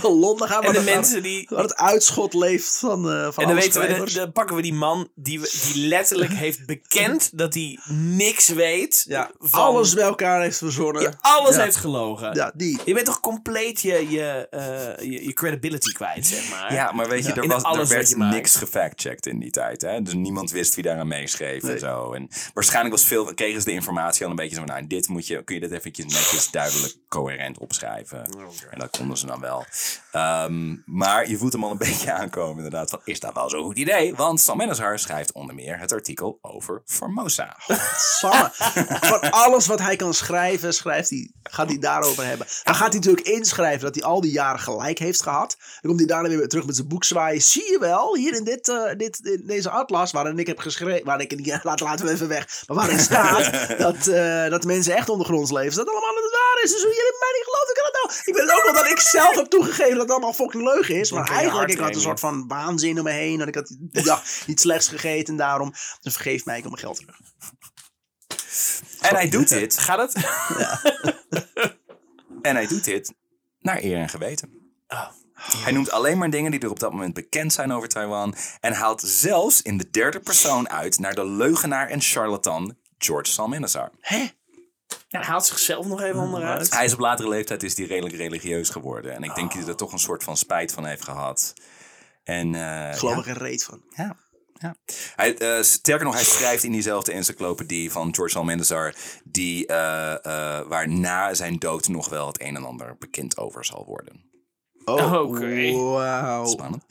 [SPEAKER 1] van Londen gaan?
[SPEAKER 3] En
[SPEAKER 1] Waar
[SPEAKER 3] de
[SPEAKER 1] het-
[SPEAKER 3] mensen die...
[SPEAKER 1] Waar het uitschot leeft van, eh van
[SPEAKER 3] En dan,
[SPEAKER 1] alle
[SPEAKER 3] weten we,
[SPEAKER 1] schrijvers.
[SPEAKER 3] dan, dan pakken we die man die, we- die letterlijk heeft bekend dat hij niks weet.
[SPEAKER 1] ja,
[SPEAKER 3] van-
[SPEAKER 1] alles bij elkaar heeft verzonnen.
[SPEAKER 3] die alles
[SPEAKER 1] Ja.
[SPEAKER 3] heeft gelogen.
[SPEAKER 1] Ja, die.
[SPEAKER 3] Je bent toch compleet je, je, eh, je, je credibility kwijt, zeg maar.
[SPEAKER 2] Ja, maar weet je, er,
[SPEAKER 3] nou, In
[SPEAKER 2] was, er
[SPEAKER 3] alles wat
[SPEAKER 2] werd
[SPEAKER 3] je maakt.
[SPEAKER 2] niks gefactcheckt in die tijd. Hè? Dus niemand wist wie daaraan meeschreef en
[SPEAKER 1] Nee.
[SPEAKER 2] zo. En waarschijnlijk was veel, kregen ze de informatie al een beetje zo van... Nou, dit moet je, kun je dit eventjes netjes duidelijk coherent opschrijven.
[SPEAKER 3] Oh,
[SPEAKER 2] En dat konden ze dan wel. Ehm, maar je voelt hem al een beetje aankomen inderdaad. Van, is dat wel zo'n goed idee? Want Sam Menazar schrijft onder meer het artikel over Formosa.
[SPEAKER 3] Oh,
[SPEAKER 1] Samme. Van alles wat hij kan schrijven, schrijft hij, gaat hij daarover hebben. Dan gaat hij natuurlijk inschrijven dat hij al die jaren gelijk heeft gehad. Dan komt hij daarna weer terug met zijn boek zwaaien. Zie je wel, hier in, dit, eh, dit, in deze atlas waarin ik heb geschreven... Waar ik, niet- laat, laten we even weg. Maar waarin staat dat, eh, dat mensen echt ondergronds leven. Dat allemaal dat het waar is. Dus hoe jullie mij niet geloven, kan dat nou? Ik weet het ook wel dat ik zelf heb toegegeven dat het allemaal fucking leugen is. Maar
[SPEAKER 3] Dan kun je
[SPEAKER 1] eigenlijk, ik
[SPEAKER 3] hard
[SPEAKER 1] had een soort van waanzin om me heen. En ik had die dag iets slechts gegeten en daarom. Dus vergeef mij, ik wil mijn geld terug.
[SPEAKER 2] En hij doet dit.
[SPEAKER 3] Gaat het?
[SPEAKER 2] En hij doet dit naar eer en geweten.
[SPEAKER 1] Ah,
[SPEAKER 2] Hij noemt alleen maar dingen die er op dat moment bekend zijn over Taiwan. En haalt zelfs in de derde persoon uit naar de leugenaar en charlatan George Salmanazar.
[SPEAKER 1] Hè?
[SPEAKER 3] Ja, hij haalt zichzelf nog even onderuit.
[SPEAKER 2] Hij is op latere leeftijd is die redelijk religieus geworden. En ik denk dat hij
[SPEAKER 1] Ah.
[SPEAKER 2] er toch een soort van spijt van heeft gehad. En, eh,
[SPEAKER 1] Ik geloof
[SPEAKER 2] ja.
[SPEAKER 1] er geen reet van.
[SPEAKER 2] Ja. ja. Hij, eh, sterker nog, hij schrijft in diezelfde encyclopedie van George Almendazar, die, eh, eh, waar na zijn dood nog wel het een en ander bekend over zal worden.
[SPEAKER 1] Oh,
[SPEAKER 3] Oké. Oh.
[SPEAKER 1] Wauw.
[SPEAKER 2] Spannend.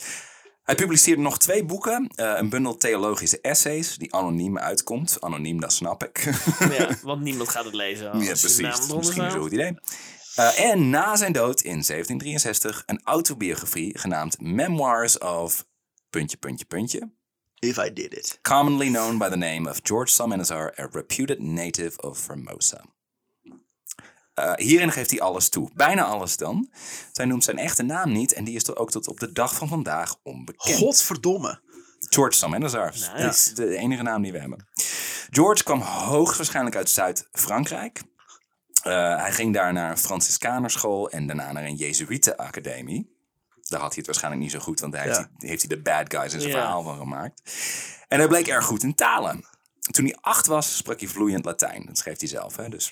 [SPEAKER 2] Hij publiceerde nog twee boeken, eh, een bundel theologische essays, die anoniem uitkomt. Anoniem, dat snap ik.
[SPEAKER 3] Ja, want niemand gaat het lezen. Oh, als
[SPEAKER 2] Ja,
[SPEAKER 3] je
[SPEAKER 2] precies.
[SPEAKER 3] naam
[SPEAKER 2] Dat is
[SPEAKER 3] eronder
[SPEAKER 2] misschien niet
[SPEAKER 3] staat.
[SPEAKER 2] zo'n goed idee. Eh, en na zijn dood in 1763 een autobiografie genaamd Memoirs of... Puntje, puntje, puntje.
[SPEAKER 1] If I did it.
[SPEAKER 2] Commonly known by the name of George Salmanazar, a reputed native of Formosa. Eh, hierin geeft hij alles toe. Bijna alles dan. Zij noemt zijn echte naam niet en die is toch ook tot op de dag van vandaag onbekend.
[SPEAKER 1] Godverdomme.
[SPEAKER 2] George Salmanazar. Dat is de enige naam die we hebben. George kwam hoogstwaarschijnlijk uit Zuid-Frankrijk. Eh, hij ging daar naar een Franciscanerschool en daarna naar een Jezuïtenacademie. Daar had hij het waarschijnlijk niet zo goed, want daar heeft,
[SPEAKER 1] Ja.
[SPEAKER 2] hij, heeft hij de bad guys in zijn
[SPEAKER 3] Ja.
[SPEAKER 2] verhaal van gemaakt. En hij bleek erg goed in talen. Toen hij acht was, sprak hij vloeiend Latijn. Dat schreef hij zelf, hè? Dus.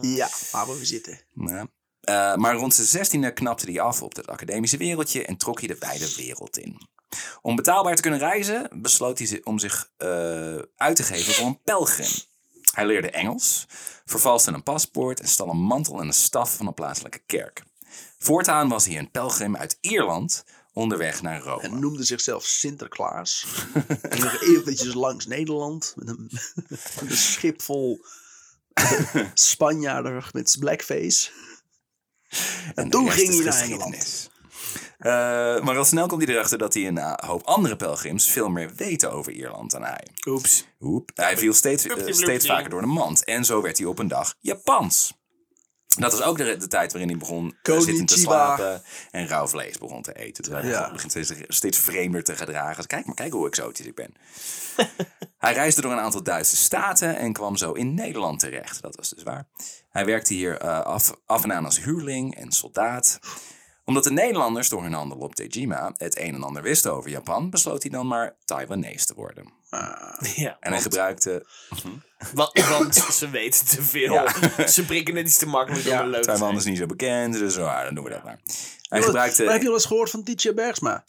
[SPEAKER 1] Ja, waar we zitten.
[SPEAKER 2] Ja. Eh, maar rond zijn zestiende knapte hij af op het academische wereldje en trok hij de wijde wereld in. Om betaalbaar te kunnen reizen, besloot hij zi- om zich eh, uit te geven voor een pelgrim. Hij leerde Engels, vervalste een paspoort en stal een mantel en een staf van een plaatselijke kerk. Voortaan was hij een pelgrim uit Ierland onderweg naar Rome.
[SPEAKER 1] En noemde zichzelf Sinterklaas. en nog eventjes langs Nederland. Met een, met een schip vol Spanjaarden met blackface.
[SPEAKER 2] En
[SPEAKER 1] toen
[SPEAKER 2] de rest
[SPEAKER 1] ging
[SPEAKER 2] is
[SPEAKER 1] hij naar
[SPEAKER 2] geschiedenis. Eh, maar al snel komt hij erachter dat hij een eh, hoop andere pelgrims veel meer weten over Ierland dan hij.
[SPEAKER 3] Oeps.
[SPEAKER 2] Hoep. Hij viel steeds, eh,
[SPEAKER 3] Upti-blupti.
[SPEAKER 2] steeds vaker door de mand. En zo werd hij op een dag Japans. Dat is ook de, de tijd waarin hij begon eh, zitten te
[SPEAKER 1] Konnichiwa.
[SPEAKER 2] slapen. En rauw vlees begon te eten. Terwijl hij
[SPEAKER 1] Ja.
[SPEAKER 2] gewoon begint steeds, steeds vreemder te gedragen. Dus kijk maar, kijk hoe exotisch ik ben. hij reisde door een aantal Duitse staten en kwam zo in Nederland terecht. Dat was dus waar. Hij werkte hier eh, af, af en aan als huurling en soldaat omdat de Nederlanders door hun handel op Tejima het een en ander wisten over Japan, besloot hij dan maar Taiwanese te worden.
[SPEAKER 1] Ah.
[SPEAKER 3] Ja,
[SPEAKER 2] En hij gebruikte
[SPEAKER 3] want, want ze weten te veel.
[SPEAKER 2] Ja.
[SPEAKER 3] Ze prikken het iets te makkelijk om
[SPEAKER 1] Ja,
[SPEAKER 3] een leuk te
[SPEAKER 2] Taiwan
[SPEAKER 3] zijn.
[SPEAKER 2] is niet zo bekend, dus ah, dan doen we dat maar. Hij eh,
[SPEAKER 1] Maar heb je
[SPEAKER 2] gebruikte...
[SPEAKER 1] wel eens gehoord van Tietje Bergsma?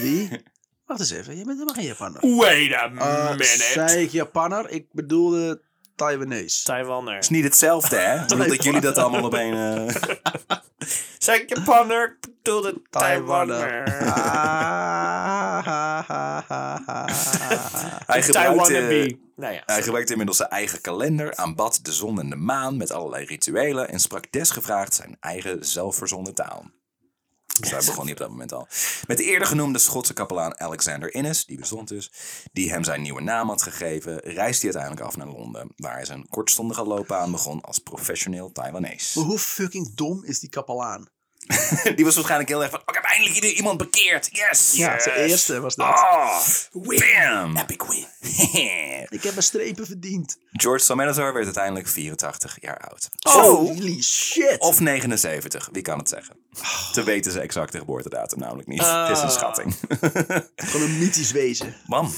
[SPEAKER 1] Wie? Wacht eens even, je bent helemaal geen
[SPEAKER 3] Mm,
[SPEAKER 1] Japanner.
[SPEAKER 3] Wait a
[SPEAKER 1] Eh,
[SPEAKER 2] Ah,
[SPEAKER 3] minute.
[SPEAKER 1] zei ik Japanner? Ik bedoelde Taiwanese.
[SPEAKER 3] Taiwaner.
[SPEAKER 2] Het is niet hetzelfde, hè? Ik bedoel dat jullie dat allemaal op een... eh,
[SPEAKER 3] Zei ik Japaner, ik bedoelde
[SPEAKER 1] Taiwaner.
[SPEAKER 3] Taiwaner.
[SPEAKER 1] Ah, ha, ha, ha, ha,
[SPEAKER 2] Ah.
[SPEAKER 1] ha.
[SPEAKER 2] Hij
[SPEAKER 3] Taiwanabe.
[SPEAKER 2] gebruikte...
[SPEAKER 3] Nou ja.
[SPEAKER 2] Hij gebruikte inmiddels zijn eigen kalender, aanbad de zon en de maan met allerlei rituelen en sprak desgevraagd zijn eigen zelfverzonnen taal. Dus daar begon hij op dat moment al. Met de eerder genoemde Schotse kapelaan Alexander Innes, die bestond dus, die hem zijn nieuwe naam had gegeven, reisde hij uiteindelijk af naar Londen, waar hij zijn kortstondige loopbaan begon als professioneel Taiwanese.
[SPEAKER 1] Maar hoe fucking dom is die kapelaan?
[SPEAKER 2] Die was waarschijnlijk heel erg van, oh, ik heb eindelijk ieder- iemand bekeerd. Yes!
[SPEAKER 1] Ja, zijn eerste was dat.
[SPEAKER 2] Oh, bam! Epic win.
[SPEAKER 1] Ik heb mijn strepen verdiend.
[SPEAKER 2] George Salmanazar werd uiteindelijk 84 jaar oud.
[SPEAKER 1] Oh. Holy shit.
[SPEAKER 2] Oh. Of 79, wie kan het zeggen? Te weten ze exact de geboortedatum namelijk niet. Het is een schatting. Oh,
[SPEAKER 1] Gewoon een mythisch wezen.
[SPEAKER 2] Bam.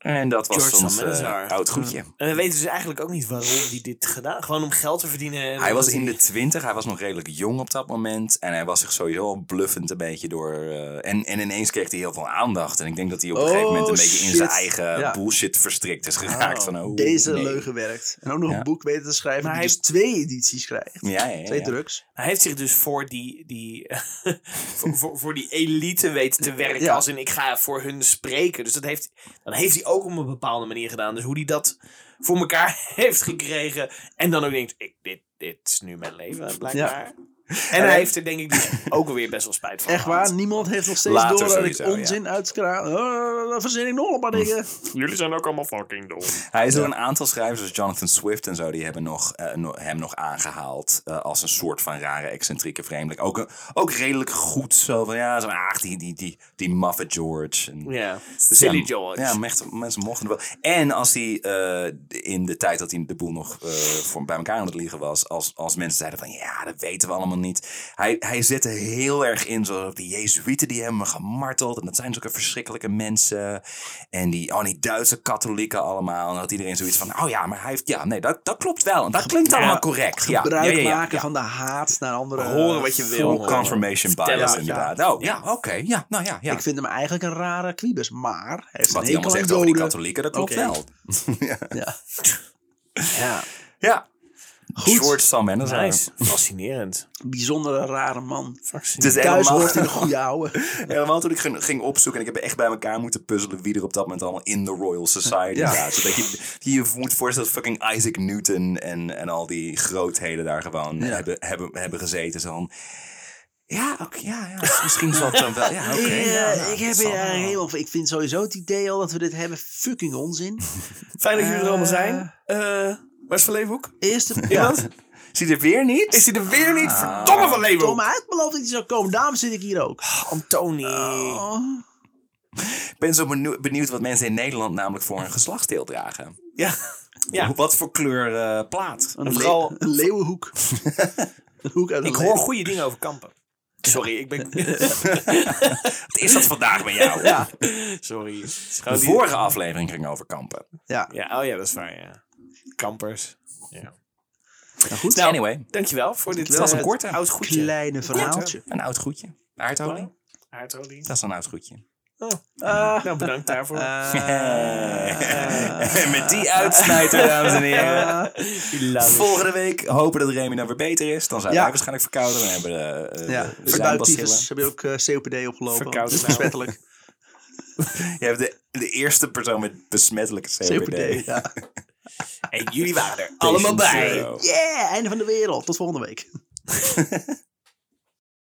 [SPEAKER 2] En dat was
[SPEAKER 3] George
[SPEAKER 2] ons
[SPEAKER 3] Amenazar.
[SPEAKER 2] eh oud goedje.
[SPEAKER 3] En we weten dus eigenlijk ook niet waarom hij dit gedaan Gewoon om geld te verdienen. en
[SPEAKER 2] Hij was
[SPEAKER 3] dat
[SPEAKER 2] in de twintig, hij was nog redelijk jong op dat moment. En hij was zich sowieso al bluffend een beetje door. eh, en, en ineens kreeg hij heel veel aandacht. En ik denk dat hij op een
[SPEAKER 1] Oh,
[SPEAKER 2] gegeven moment een beetje in
[SPEAKER 1] shit.
[SPEAKER 2] zijn eigen
[SPEAKER 1] Ja.
[SPEAKER 2] bullshit verstrikt is geraakt.
[SPEAKER 3] Oh,
[SPEAKER 2] van, oh,
[SPEAKER 1] Deze
[SPEAKER 2] nee.
[SPEAKER 1] leugen werkt. En ook nog
[SPEAKER 2] Ja.
[SPEAKER 1] een boek weten te schrijven.
[SPEAKER 3] Maar
[SPEAKER 1] die
[SPEAKER 3] hij-
[SPEAKER 1] dus twee edities krijgt.
[SPEAKER 2] Ja, ja, ja,
[SPEAKER 1] Twee
[SPEAKER 2] ja.
[SPEAKER 1] drugs.
[SPEAKER 3] Hij heeft zich dus voor die, die, voor, voor, voor die elite weten te werken.
[SPEAKER 1] Ja.
[SPEAKER 3] Als in, ik ga voor hun spreken. Dus dat heeft, dat heeft hij ook op een bepaalde manier gedaan. Dus hoe hij dat voor elkaar heeft gekregen. En dan ook denkt, ik, dit, dit is nu mijn leven, blijkbaar. En hij heeft er denk ik dus ook alweer best wel spijt van
[SPEAKER 1] Echt
[SPEAKER 3] gehad.
[SPEAKER 1] waar, niemand heeft nog steeds
[SPEAKER 2] Later
[SPEAKER 1] door dat ik
[SPEAKER 2] sowieso, ja. Mm.
[SPEAKER 1] onzin uitkraam. Oh, dan verzin ik nog een paar dingen.
[SPEAKER 3] Jullie zijn ook allemaal fucking dom.
[SPEAKER 2] Hij is door een aantal schrijvers, als Jonathan Swift en zo, die hebben nog, eh, no- hem nog aangehaald. eh, als een soort van rare, excentrieke vreemdeling. Ook, een- ook redelijk goed zo van ja, zo'n aag, die, die, die, die maffe George. En,
[SPEAKER 3] Ja,
[SPEAKER 2] Dus
[SPEAKER 3] Silly
[SPEAKER 2] ja,
[SPEAKER 3] George.
[SPEAKER 2] Ja, echt, mensen mochten er wel. En als hij eh, in de tijd dat hij de boel nog eh, voor, bij elkaar aan het liggen was, als, als mensen zeiden van ja, dat weten we allemaal niet. Hij, hij zette heel erg in, zoals die Jezuïeten die hebben me gemarteld. En dat zijn zulke verschrikkelijke mensen. En die, oh, die Duitse katholieken allemaal. En dat iedereen zoiets van, oh ja, maar hij heeft, ja, nee, dat, dat klopt wel. En dat klinkt allemaal correct. Ja,
[SPEAKER 1] Gebruik
[SPEAKER 2] ja, ja, ja,
[SPEAKER 1] maken
[SPEAKER 2] ja.
[SPEAKER 1] van de haat naar anderen.
[SPEAKER 3] Horen wat je
[SPEAKER 1] Full
[SPEAKER 3] wil
[SPEAKER 2] Full
[SPEAKER 3] horen.
[SPEAKER 2] confirmation
[SPEAKER 3] Vertel
[SPEAKER 2] bias,
[SPEAKER 3] het, ja.
[SPEAKER 2] inderdaad. Oh, ja, oké. ja, nou ja, ja.
[SPEAKER 1] Ik vind hem eigenlijk een rare kwiebus, maar hij heeft
[SPEAKER 2] Wat
[SPEAKER 1] een
[SPEAKER 2] hij allemaal
[SPEAKER 1] hekel aan
[SPEAKER 2] zegt over die
[SPEAKER 1] Joden.
[SPEAKER 2] katholieken, dat klopt
[SPEAKER 1] Oké.
[SPEAKER 2] wel. ja.
[SPEAKER 1] Ja. ja,
[SPEAKER 2] Ja.
[SPEAKER 1] Goed.
[SPEAKER 2] George Sam Mendes.
[SPEAKER 3] Nice. Fascinerend.
[SPEAKER 1] bijzondere rare man.
[SPEAKER 2] Het is
[SPEAKER 1] Thuis
[SPEAKER 2] helemaal,
[SPEAKER 1] hoort in de goede oude.
[SPEAKER 2] helemaal toen ik ging, ging opzoeken. En ik heb echt bij elkaar moeten puzzelen wie er op dat moment allemaal in de Royal Society
[SPEAKER 1] Ja.
[SPEAKER 2] staat. Zodat je je moet voorstellen dat fucking Isaac Newton en, en al die grootheden daar gewoon hebben, hebben, hebben gezeten. Zo van, ja, oké, ja, ja, misschien zal het dan wel. Ja, oké.
[SPEAKER 1] Ik, eh,
[SPEAKER 2] ja, ja,
[SPEAKER 1] ik,
[SPEAKER 2] dat
[SPEAKER 1] heb
[SPEAKER 2] zal
[SPEAKER 1] hier
[SPEAKER 2] wel.
[SPEAKER 1] eigenlijk helemaal, ik vind sowieso het idee al dat we dit hebben fucking onzin.
[SPEAKER 3] Dus Fijn dat jullie er allemaal
[SPEAKER 1] Eh,
[SPEAKER 3] zijn. Eh, waar is Van Leeuwenhoek?
[SPEAKER 1] Eerste
[SPEAKER 3] Iemand?
[SPEAKER 2] Zie je er weer niet?
[SPEAKER 3] Is hij er weer niet? Ah. Verdomme Van
[SPEAKER 1] Tom,
[SPEAKER 3] Leeuwenhoek!
[SPEAKER 1] hij had beloofd dat hij zou komen. Daarom zit ik hier ook.
[SPEAKER 3] Antoni.
[SPEAKER 1] Oh,
[SPEAKER 2] Ik ben zo benieu- benieuwd wat mensen in Nederland namelijk voor een geslachtsdeel dragen.
[SPEAKER 3] Ja. ja.
[SPEAKER 2] Wat voor kleur eh, plaat?
[SPEAKER 1] een,
[SPEAKER 3] vooral-
[SPEAKER 1] le- een leeuwenhoek. een hoek uit een
[SPEAKER 3] Ik
[SPEAKER 1] leeuw.
[SPEAKER 3] hoor goede dingen over kampen. Sorry, ik ben...
[SPEAKER 2] Wat is dat vandaag bij jou?
[SPEAKER 1] Ja,
[SPEAKER 3] Sorry. Is
[SPEAKER 2] De
[SPEAKER 3] gewoon die-
[SPEAKER 2] vorige aflevering ging over kampen.
[SPEAKER 1] ja.
[SPEAKER 3] Ja, oh ja, dat is waar, ja. Kampers. Ja.
[SPEAKER 1] Nou, goed.
[SPEAKER 3] Nou,
[SPEAKER 2] Anyway,
[SPEAKER 3] Dankjewel voor dit...
[SPEAKER 2] Het was een
[SPEAKER 3] eh,
[SPEAKER 2] korte.
[SPEAKER 3] Oud goedje.
[SPEAKER 1] Kleine verhaaltje.
[SPEAKER 2] een oud goedje. Aardolie?
[SPEAKER 3] Aardolie.
[SPEAKER 2] Dat is een oud goedje.
[SPEAKER 1] Eh,
[SPEAKER 3] Nou, bedankt daarvoor.
[SPEAKER 1] Ah. eh,
[SPEAKER 2] Met die uitsmijter, dames en heren.
[SPEAKER 1] eh,
[SPEAKER 3] Jullie laten-
[SPEAKER 2] Volgende week hopen dat Remy nou weer beter is. Dan zijn
[SPEAKER 1] Ja.
[SPEAKER 2] wij waarschijnlijk verkouden. Dan hebben we eh, de,
[SPEAKER 1] Ja,
[SPEAKER 2] de
[SPEAKER 1] verbuiktyfus.
[SPEAKER 2] zijnbacillen.
[SPEAKER 1] Heb je ook eh, COPD opgelopen?
[SPEAKER 3] Verkouden
[SPEAKER 1] Dat is
[SPEAKER 3] nou.
[SPEAKER 1] besmettelijk.
[SPEAKER 2] Je hebt de, de eerste persoon met besmettelijke COPD.
[SPEAKER 1] COPD, ja.
[SPEAKER 3] En jullie waren er allemaal bij.
[SPEAKER 2] Zero.
[SPEAKER 1] Yeah, einde van de wereld. Tot volgende week.